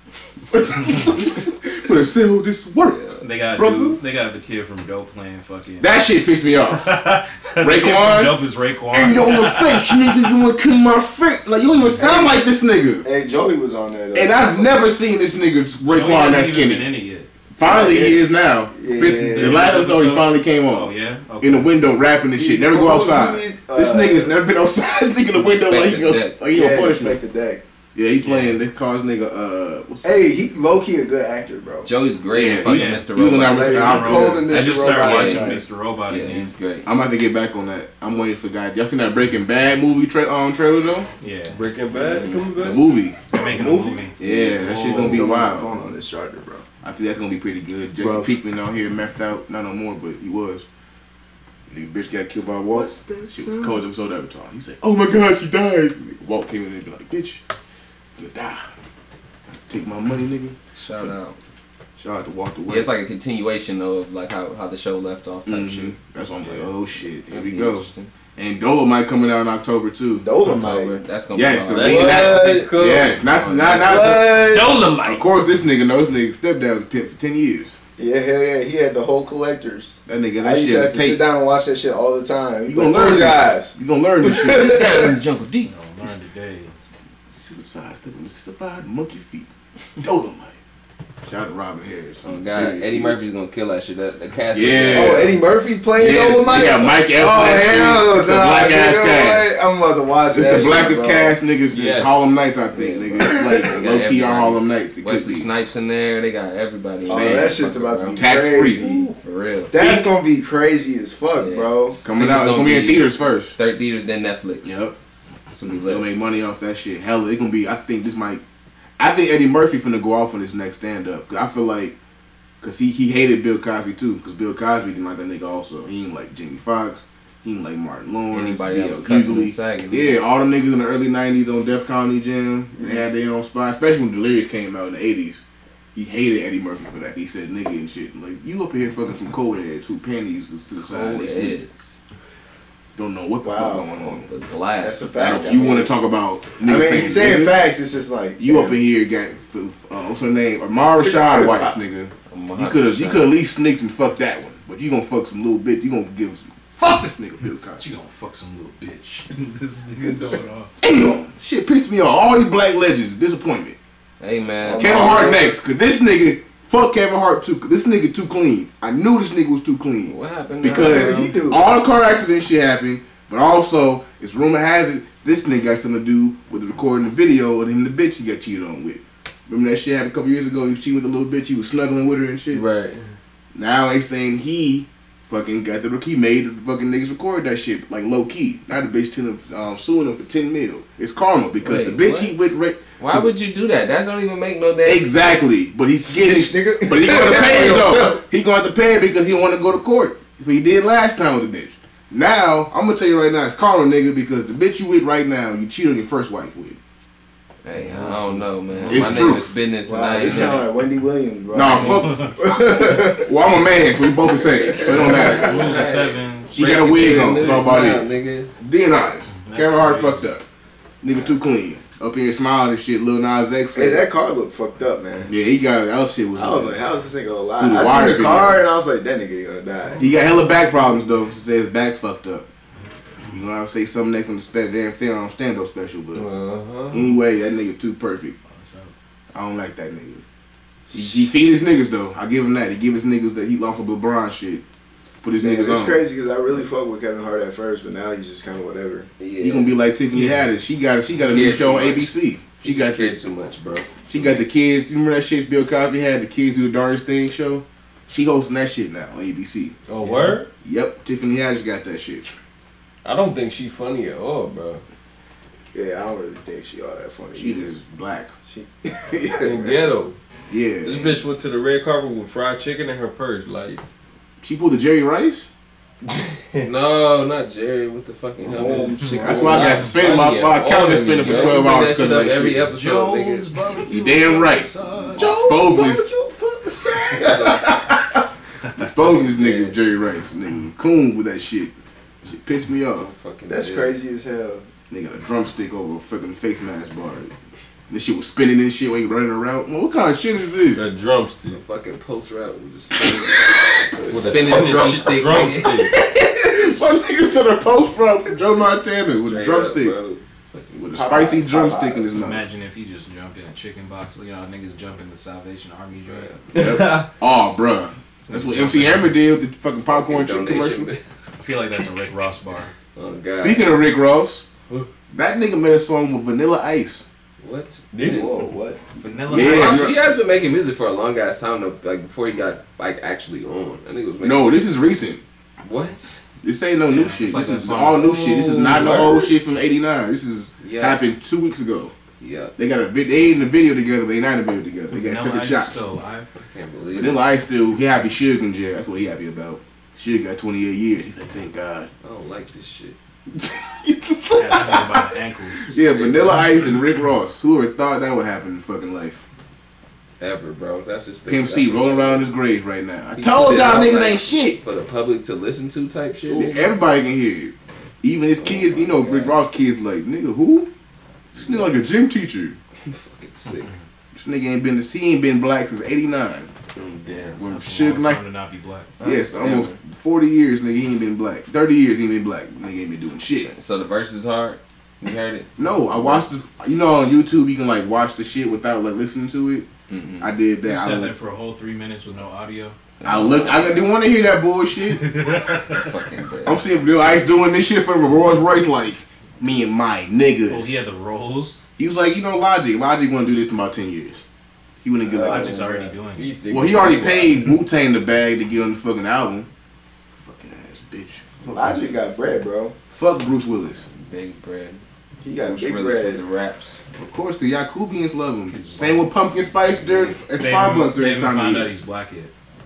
but I said all this work. They got Brother? dude, they got the kid from Dope playing fucking. That shit pissed me off. The kid Raekwon? from Dope is Raekwon. Ain't no the face, nigga. You want to kill my face? Like you don't even sound like this nigga. Hey, Joey was on there. Though. And I've never seen this nigga Raekwon He hasn't that even been skinny. in it yet. Finally, he is now. Yeah. Fitz- the last episode, he finally came on. Oh yeah. In the window, rapping and shit. Never go outside. This nigga's never been outside. This nigga in the window like he, go, Respect like he uh, Yeah, on respect punishment. the deck. Yeah, he playing. They call his nigga. Uh, what's Hey, he low key a good actor, bro. Joey's great. Yeah, in fucking yeah. Mr. He was in Robot. that- Like, I'm I'm cold. calling I this just robot started watching guy. Mr. Robot Yeah, again. he's great. I'm about to get back on that. I'm waiting for God. Y'all seen that Breaking Bad movie tra- um, trailer though? Yeah, Breaking Bad coming The back. movie. they're making a movie. Yeah, that shit's gonna Don't be be wild. wild. Phone on this charger, bro. I think that's gonna be pretty good. Jason Bruh. Peekman out here messed out. Not no more, but he was. The bitch got killed by Walt. What's that She was the sound? coldest episode ever time. He said, "Oh my God, she died." Nigga, Walt came in and be like, "Bitch, I'm gonna die. Take my money, nigga." Shout out. Shout out to Walter Yeah, White. it's like a continuation though of like how, how the show left off type Mhm. shit. That's why I'm like, oh shit, here That'd we be go. interesting. And Dolomite coming out in October too. October. Dolomite. That's gonna Yes, be the wild. That's reason really that- cool. Yes, Oh, not not not. Of Dolomite. course, this nigga knows this nigga stepdad was a pimp for ten years. Yeah, hell yeah. He had the whole collectors. That nigga, I that used shit to on have to sit tape. down and watch that shit all the time. You You gonna gonna learn close this. your eyes. You gonna learn this shit. Down in the jungle deep. I'll learn today. Six five, step on six five, monkey feet, Dolomite. Shout out to Robin Harris. Oh god, Eddie Murphy's gonna kill that shit. That the cast. Yeah. Oh, Eddie Murphy playing Yeah, Dolomite. yeah, Mike Epps. Oh It's hell, the nah, black ass nigga, cast. what? I'm about to watch It's that. the shit, blackest bro. cast niggas since Yes. Harlem Nights, I think, Yeah, nigga. It's like Yeah, low key on everybody. Harlem Nights. It could Wesley be. Snipes in there. They got everybody. in Oh, there. that shit's about to be Tax crazy. free. for real. That's gonna be crazy as fuck, Yeah. bro. Coming Niggas out, it's gonna gonna be in be- theaters first. Third theaters then Netflix. Yep. This will be They'll lit. make money off that shit. Hella, it gonna be. I think this might. I think Eddie Murphy finna go off on his next stand up. Cause I feel like, cause he he hated Bill Cosby too. Cause Bill Cosby didn't like that nigga also. He didn't like Jamie Foxx. He didn't like Martin Lawrence. Anybody D.L. else cussing Hughley. and sagging. Yeah, all them niggas in the early '90s on Def Comedy Jam, they Mm-hmm. had their own spot. Especially when Delirious came out in the '80s, he hated Eddie Murphy for that. He said nigga and shit. Like you up here fucking some cold heads, who panties is to the side. Cool They said, heads. Don't know what the Wow. fuck going on. The glass. That's a Now, fact. you want to talk about I niggas mean, saying, you saying nigga? facts, it's just like You damn. up in here got f- uh, what's her name? Amara Shad wife, nigga. You could have you could at least sneaked and fucked that one, but you gonna fuck some little bitch. You gonna give some fuck this nigga Bill Cosby. You gonna fuck some little bitch. this nigga know it all. Damn, shit pissed me off. All these black legends, disappointment. Hey man, Kevin Hart next, cause this nigga fuck Kevin Hart too. 'cause this nigga too clean. I knew this nigga was too clean What happened? because What he do? all the car accident shit happened, but also it's rumor has it this nigga got something to do with the recording the video of him and the bitch he got cheated on with. Remember that shit happened a couple years ago? He was cheating with a little bitch. He was snuggling with her and shit. Right. Now they saying he fucking got the he made the fucking niggas record that shit like low key. Now the bitch telling him, um, suing him for ten mil. It's karma because Wait, the bitch what? he with ra- Why would you do that? That don't even make no damn exactly, but he's Skittish, nigga. but he gonna have to pay it though. He gonna have to pay it because he don't want to go to court. If he did last time with the bitch. Now I'm gonna tell you right now, it's karma, nigga, because the bitch you with right now, you cheated on your first wife with. Hey, I don't know, man. It's My true. name is business, and Wow, I you ain't sound in it. like Wendy Williams, bro. Nah, fuck. well, I'm a man, so we both the same, so it don't matter. Rule seven. She got a wig on. That's all about Nah, it. nigga. Being honest, That's Kevin Hart crazy. fucked up. Nigga too clean. Up here smiling and shit. Lil Nas X. Hey, said- that car looked fucked up, man. yeah, he got that shit was. I was like, how is this nigga alive? Dude, the I wire seen the video. car and I was like, that nigga gonna die. he got hella back problems though. She said his back fucked up. You know, I would say something next on the spe- damn thing on stand up special, but Uh-huh. anyway, that nigga too perfect. I don't like that nigga. He, he feed his niggas though. I give him that. He give his niggas that he off of LeBron shit. Put his Damn, niggas it's on. crazy because I really fucked with Kevin Hart at first, but now he's just kind of whatever. Yeah. He gonna be like Tiffany Haddish. She got she got a new Cared too show on much. ABC. She got the cared too much, bro. She got the kids. You remember that shit Bill Cosby had the kids do the darndest thing show? She hosting that shit now on ABC. Oh, word? Yep, Tiffany Haddish got that shit. I don't think she funny at all, bro. Yeah, I don't really think she all that funny. She just black. She, In ghetto. This Yeah, bitch went to the red carpet with fried chicken in her purse. Like, she pulled the Jerry Rice. No, not Jerry. What the fucking hell? Oh, This shit That's going why I got on. suspended. My, Funny my at account all got to me, suspended for yo. twelve Bring hours That because of shit up that every shit. episode, nigga. You damn right. Oh, Exposed this, exposing this nigga Yeah. Jerry Rice, nigga coon with that shit. Shit pissed me off. Fucking that's bitch. crazy as hell. They got a drumstick over a fucking face mask bar. This shit was spinning and shit when you running around. Man, what kind of shit is this? that drumstick. Fucking post rap with the spinning, spinning drumstick. nigga. My nigga to the post from Joe Montana with a Straight drumstick. up, bro. with a spicy Popeye. drumstick in his mouth. Imagine if he just jumped in a chicken box. You know, how niggas jump in the Salvation Army joint. Oh, bruh. That's what MC Hammer did with the fucking popcorn chip Donation. commercial. I feel like that's a Rick Ross bar. Oh god. Speaking of Rick Ross, that nigga made a song with Vanilla Ice. what? Whoa, what? Vanilla Yeah. Ice. Honestly, he has been making music for a long ass time though. Like before he got like actually on. I think it was making No, this is recent. What? This ain't no new shit. like this that is song. all new shit. This is not no Word. old shit from '89. This is Yeah. happened two weeks ago. Yeah. They got a vid- they in the video together, but they not in the video together. They got separate Vanilla Ice is shots. still alive. Can't believe it. Vanilla Ice still he happy Suge in jail. That's what he happy about. Suge got 28 years. He's like, thank God. I don't like this shit. Yeah, talking about the ankle. Yeah, Vanilla Ice and Rick Ross. Who ever thought that would happen in fucking life? Ever, bro. That's just the Pimp C that's rolling around his grave right now. I He told did y'all all niggas that. ain't shit. for the public to listen to type shit. nigga. Everybody can hear you. Even his kids, you know, Rick Ross kids like, nigga, who? This nigga like a gym teacher. Fucking sick. This nigga ain't been he ain't been black since '89. Mm, Damn. When That's a long Suge Knight, time to not be black. yes, almost 40 years, nigga, he ain't been black. 30 years, he ain't been black. Nigga ain't been doing shit. So the verse is hard. You heard it? No, I watched the. You know, on YouTube, you can like watch the shit without like listening to it. Mm-mm. I did that. Mm-hmm. You I, sat there for a whole three minutes with no audio. I looked. I didn't want to hear that bullshit. Fucking bad. I'm seeing Bill Ice doing this shit for Rolls Royce, like me and my niggas. Oh, he had the rolls. He was like, you know, Logic. Logic want to do this in about ten years. He wouldn't give like. Logic's already doing it. Well, Uh, he already paid Wu Tang the bag to get on the fucking album. Fucking ass bitch. Fuck, Logic got bread, bro. Fuck Bruce Willis. Big bread. He got Bruce big Willis bread. with the raps. Of course, the Yakubians love him. Same with Pumpkin Spice during as They Starbucks haven't they during this haven't time found of out year. he's black yet.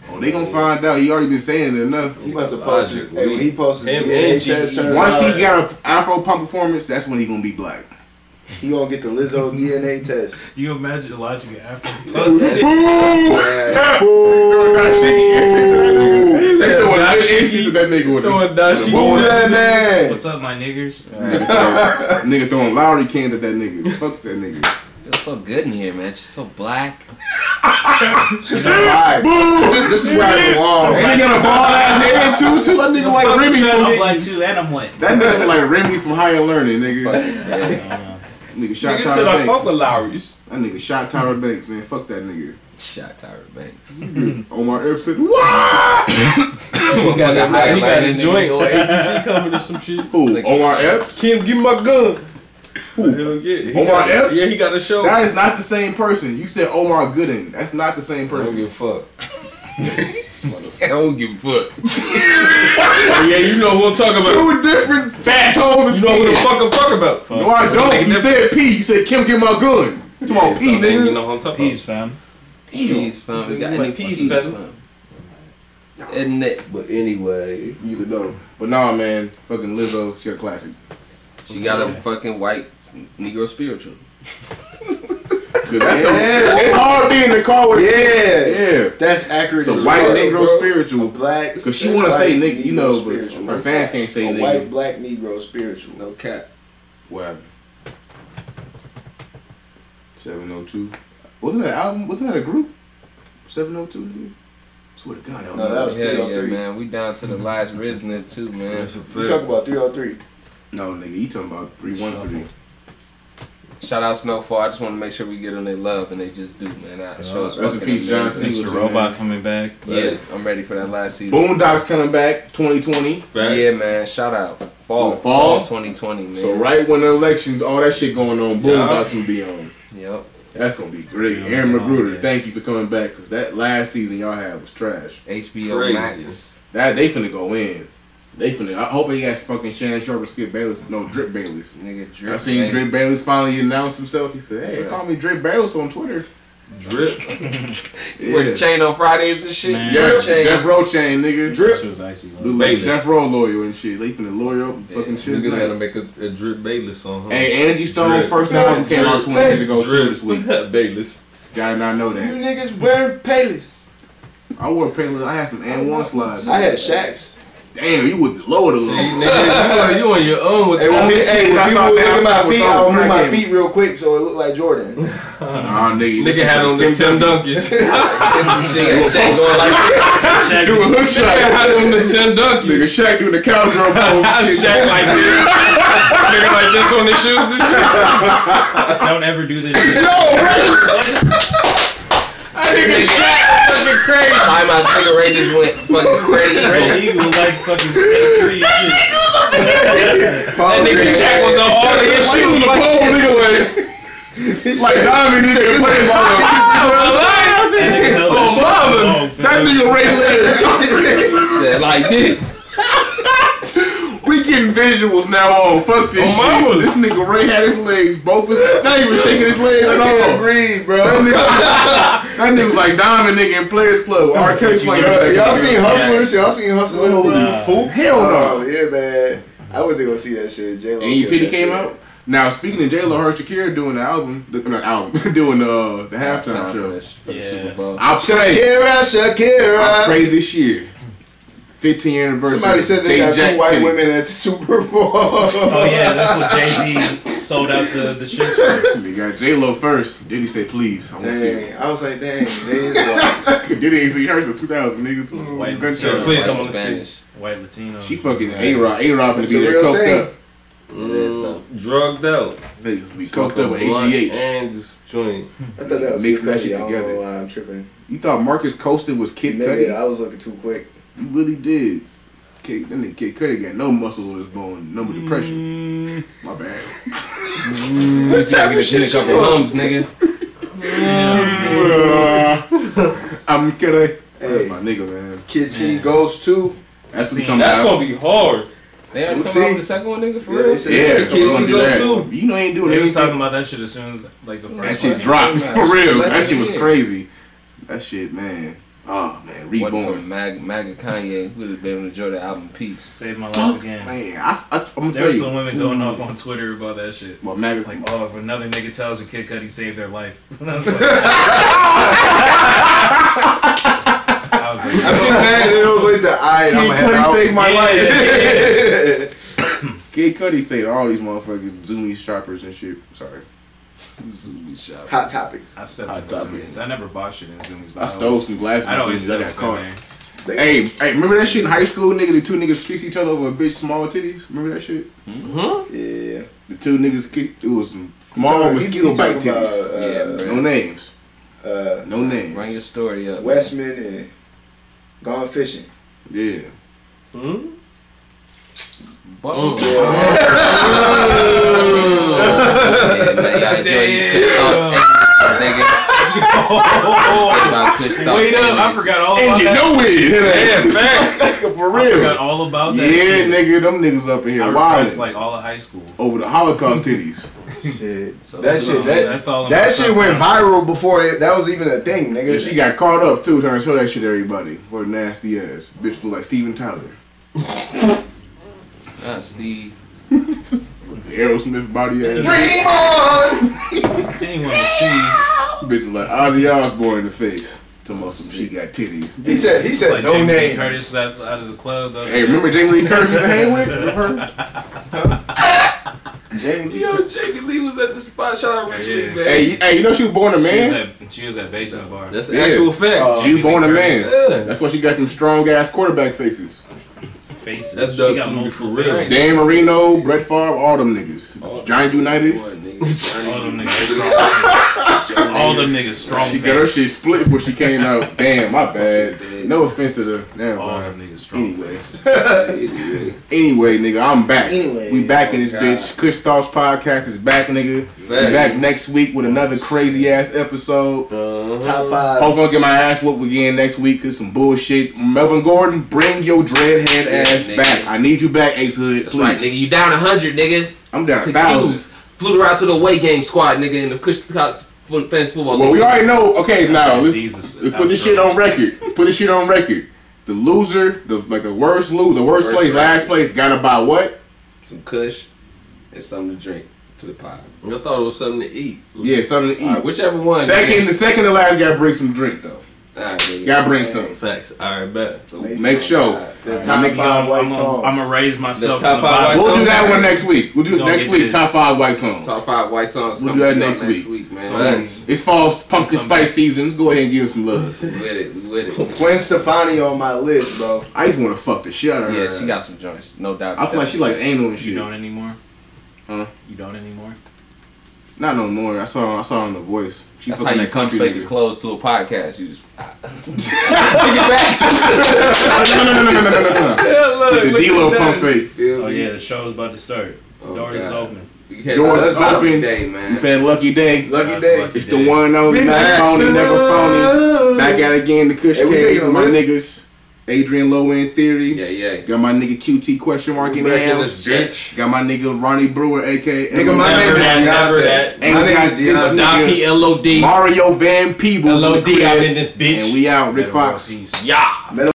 Oh, they gonna find out. He already been saying it enough. He about to post it. Logic, Hey, when he posted him the and NHS G- E turns Once out, he got a Afro Pump performance, that's when he gonna be black. he gonna get the Lizzo DNA test. You imagine Logic and Afro. Fuck that shit. Ooh, Yeah. that shit, he- They throwing Nah, good she- answers to that nigga with throwing the- with the dashiki. bowl. Who that man? What's up, my niggers? Nigga throwing- Nigga throwing Lowry cans at that nigga. Fuck that nigga. Feels so good in here, man. She's so black. She's alive. This, this is where I belong. That nigga got a bald ass head too, too. That nigga like Remy. From, I'm black too, and I'm white. that nigga like Remy from Higher Learning, nigga. Yeah. Nigga shot Nigga said I Tyra fuck Banks. with Lowry's. That nigga shot Tyra Banks, man. Fuck that nigga. Shot Tyra Banks. Omar Epps said, "What?" He got Fucking high a, he got a lighting, joint or ABC coming or some shit. Who? It's like- Omar Epps? Kim, give me my gun. Who? Hell yeah. He Omar got, Epps? Yeah, he got a show. That is not the same person. You said Omar Gooden. That's not the same I don't person. give a fuck. I don't give a fuck. Oh, yeah, you know who I'm talking about. Two different Facts. toes. You know who the fuck I'm talking about. No, I don't. You said P. You said Kim, get my gun. Come on, P, Man, you nigga. know what I'm talking Peace, fam. Peace, fam. We got Like any peas, peas, fam. fam. And it, about. But anyway, Either though. But nah, man. Fucking Lizzo. She a classic. she got a fucking white Negro spiritual. 'Cause that's Yeah. the, it's hard being in the car with Yeah. Yeah. That's accurate. It's a as white fuck, Negro bro. spiritual. A black. Because she want to say white nigga, you know, Negro but spiritual. her fans can't say a nigga. white black Negro spiritual. No cap. What? Seven oh two. Wasn't that album? Wasn't that a group? Seven oh two, nigga. Swear to God, I don't No, that know. was Hell yeah, 303. man. We down to the last resident too, man. You talk about 303. No, nigga, you talking about three one three? Shout out Snowfall. I just want to make sure we get them their love, and they just do, man. That show is Rest in fucking peace, John amazing. Singleton. Mr. man. Robot. coming back. Yeah, I'm ready for that last season. Boondocks coming back, twenty twenty. facts. Yeah, man. Shout out. Fall. Fall? Fall 2020, man. So right when the elections, all that shit going on, Boondocks will be on. Yep. That's gonna be great. Oh, Aaron Magruder, thank you for coming back because that last season y'all had was trash. HBO Crazy. Max. That they finna go in. They finna. I hope they ask fucking Shannon Sharp and Skip Bayless. No, Drip Bayless. Nigga, drip. I seen man. Drip Bayless finally announce himself. He said, "Hey, Yeah. call me Drip Bayless on Twitter." Drip. You Wear the chain on Fridays and shit. Man. Yeah, Drip chain. Death Row chain, nigga. This was icy. Look like Bayless. Death Row lawyer and shit. They finna lawyer up and fucking Yeah. shit. Niggas had to Like, make a, a Drip Bayless song. Huh? hey, Angie Stone Drip. first album came out 20 years ago too this week. Bayless. Gotta not know You that. niggas wearing Payless. I wore Bayless. I had some and one slides. I had Shaq's. Damn, you was the lower the See, low. nigga, you, on- you on your own with Hey, when, Only pe- shit hey, when I when people saw would look that, at I saw my feet, was I all would move my crackhead. feet real quick so it looked like Jordan. Nah, nigga. Nigga had on them Tim Dunkies. This shit got chain going like Do a hook shot. Nigga had on the Nigga Tim Dunkies. Shaq doing the cow drum pose. shit. Shaq like this. Nigga like this on his shoes and shit. Don't ever do this. shit. fucking crazy. Why my cigarette just went fucking crazy. Red Eagle like fucking skate free shit. That nigga Shaq was on all his shoes. The pole nigga was like diamond nigga playing ball. That nigga held that shit long, fam. That nigga Ray Said like this. Lewis. We getting visuals now on. Fuck this shit. This nigga Ray had his legs both. His, not even shaking his legs at all. Agreed, bro. That nigga, that nigga was like diamond nigga in Players Club. RK playing. Bro, basketball. y'all seen Hustlers? Y'all seen Hustlers? Nah. Who? Hell no. Oh, yeah, man. I went to go see that shit. J-Lo And you killed titty that came shit. out. Now speaking of J Lo, her Shakira doing the album, the, not album, doing the uh, the halftime Time for show. this- for the Yeah. Super Bowl. I pray, Shakira, I Shakira. pray this year, 15 anniversary. Somebody said they Jay got Jack two white titty. women at the Super Bowl. Oh yeah, that's what Jay Z sold out the the shit. for. They got J Lo first. Diddy say please? I want to see. Dang, I was like, dang, they is like, it. Diddy ain't seen hers in 2000 niggas. White Gunshot. Latino. Like come on the Spanish. White Latino. She fucking A Rod. A Rod finna It's be a there real coked thing. up. It is, though. Drugged out. Niggas be coked Mm. up with Blunt HGH. And just joint. I thought that was Mixing Mixing that that shit I don't together. know why I'm tripping. You thought Marcus Coaston was Kid Cudi? Maybe I was looking too quick. You really did. Kid, that nigga Kid Cudi got no muscles on his bone, no depression. My bad. You taking the shit a couple lumps, nigga. I'm kidding. Hey. my nigga, man. Kid C goes to. That's what coming That's out. gonna be hard. They already We'll come out see. with the second one, nigga, for Yeah, real. they said Yeah, they Kid C goes goes to. too. You know he ain't doing They was anything. talking about that shit as soon as like the That first. shit one. dropped for real. That shit was Yeah. crazy. That shit, man. Oh man, What for reborn. Mag, Mag and Kanye would have been able to enjoy the album Peace. Saved my life Fuck, again. man. I, I, I'm gonna There tell were some you. women going off on Twitter about that shit. Well, Maverick, Like, oh, if another nigga tells you Kid Cudi saved their life. And I was like, I was like, I've seen that, and it was like the I night. I'm Kid gonna head Cudi out. saved my Yeah. life. Kid Cudi saved all these motherfucking Zoomies shoppers and shit. Sorry. Zombie shop. Hot topic. I stepped Hot in with topic. Zoomies. I never bought shit in Zoomies, but I stole always- some glasses. I'd always I step got with caught. that man. Hey, hey, remember that shit in high school, nigga? The two niggas fixed each other over a bitch small titties. Remember that shit? Mm-hmm. Yeah. The two niggas kicked. It was some small He- mosquito he bite talking about, titties. Yeah, No names. uh, uh, No names. Run your story up. Westman and Gone Fishing. Yeah. Mm-hmm. Boom. Yeah, man, y'all enjoy these Kush Thoughts ignorances, nigga. Think about Kush Thoughts Wait up! I ignorances. forgot all And about you that. know it. Yeah, facts. For I forgot real. all about that. Yeah, shit. nigga, them niggas up in I here wilding repressed like all of high school. over the Holocaust titties. Shit. So that what's shit. up? That, That's all. in my that shit went subconscious. viral before it, that was even a thing, And nigga. she got caught up too, trying to show that shit to everybody. For nasty ass. Bitch look like Steven Tyler. Uh, Steve. Aerosmith body ass. Dream on. Anyone with Steve. bitch is like Ozzy Osbourne in the face. Talking about some she got titties. He said. He said like no Jamie Lee name. Curtis out, out of the club. though. Hey, remember Jamie Lee Curtis and Haywood? Remember her? Jamie Lee Yo, Jamie Lee was at the spot. Shout out Rich Yeah. Lee, man. Hey, you- hey, you know she was born a she was man. at she was at basement bar. That's Yeah. Uh, actual fact. Oh, She was born a man. yeah. That's why she got them strong ass quarterback faces. Faces. That's she Doug got Flutie multiple for real. faces. Dan Marino, Brett Favre, all them niggas. Giant Unitas. Boy, nigga, Johnny All them Unitas. niggas strong. all them niggas strong. She got her face. shit split when she came out. Damn, my bad. No offense to the. Never All mind. them niggas strong. Anyway. Anyway. Anyway, nigga, I'm back. Anyway. we back in this God. bitch. Kush Thoughts Podcast is back, nigga. We Facts. back next week with another crazy ass episode. Uh-huh. top five. Hopefully, I'll get my ass whooped again next week because some bullshit. Melvin Gordon, bring your dreadhead Yeah, ass nigga. back. I need you back, Ace Hood. That's please. right, nigga. You down a hundred, nigga. I'm down To a thousand. Q's. Flew her out to the away game squad, nigga, in the Kush Thoughts fo- fans football. Well, league. we already know. Okay, now let's, Jesus. let's put this shit on record. Put this shit on record. The loser, the like the worst lose, the worst, Worst place, last record. place, gotta buy what? some Kush and something to drink to the pod. I thought it was something to eat. Yeah, something to eat. All right, whichever one. second, nigga. the second to last gotta bring some drink though. All right, nigga. Gotta bring some. Facts. All right, bet. Make sure. The I'm top making five white I'm songs. gonna raise myself. That's top from the five bottom. white We'll do that one Don't- next week. We'll do it Don't next get week. this. Top five white songs. Top five white songs. We'll coming do that to y'all next next week. week, man. Facts. It's fall pumpkin Come back. spice seasons. Go ahead and give some love. We with it. We with it. Gwen Stefani on my list, bro. I just want to fuck the shit out of her. Yeah, she got some joints, no doubt. I feel like she like anal and shit. You don't anymore. Huh? You don't anymore. Not no more. I saw. I saw her on The Voice. She That's how fucking you that country fake your nigga. clothes to a podcast. You just Take it back. no, no, no, no, no, no, no, no. look, The D-Lo pump fake. Feel Oh me? yeah, the show is about to start. Oh, Doors is God. open. You had Doors to is stop open. today, You man. fan lucky day. Lucky Shout out to day. Lucky It's the one and only not phony, never phony. Back at it again, the Hey, cushion we hey, taking a my lift? niggas. Adrian Lowe in theory. Yeah, yeah. Got my nigga QT question mark in the Back in house. this bitch. Got my nigga Ronnie Brewer, aka Nigga, my Never name is that, never Deontay. that. and My we name got is this Deontay. nigga L O D. Mario Van Peebles in the L O D. I'm crib. in this bitch. And we out, Rick Better world Fox. peace. Yeah.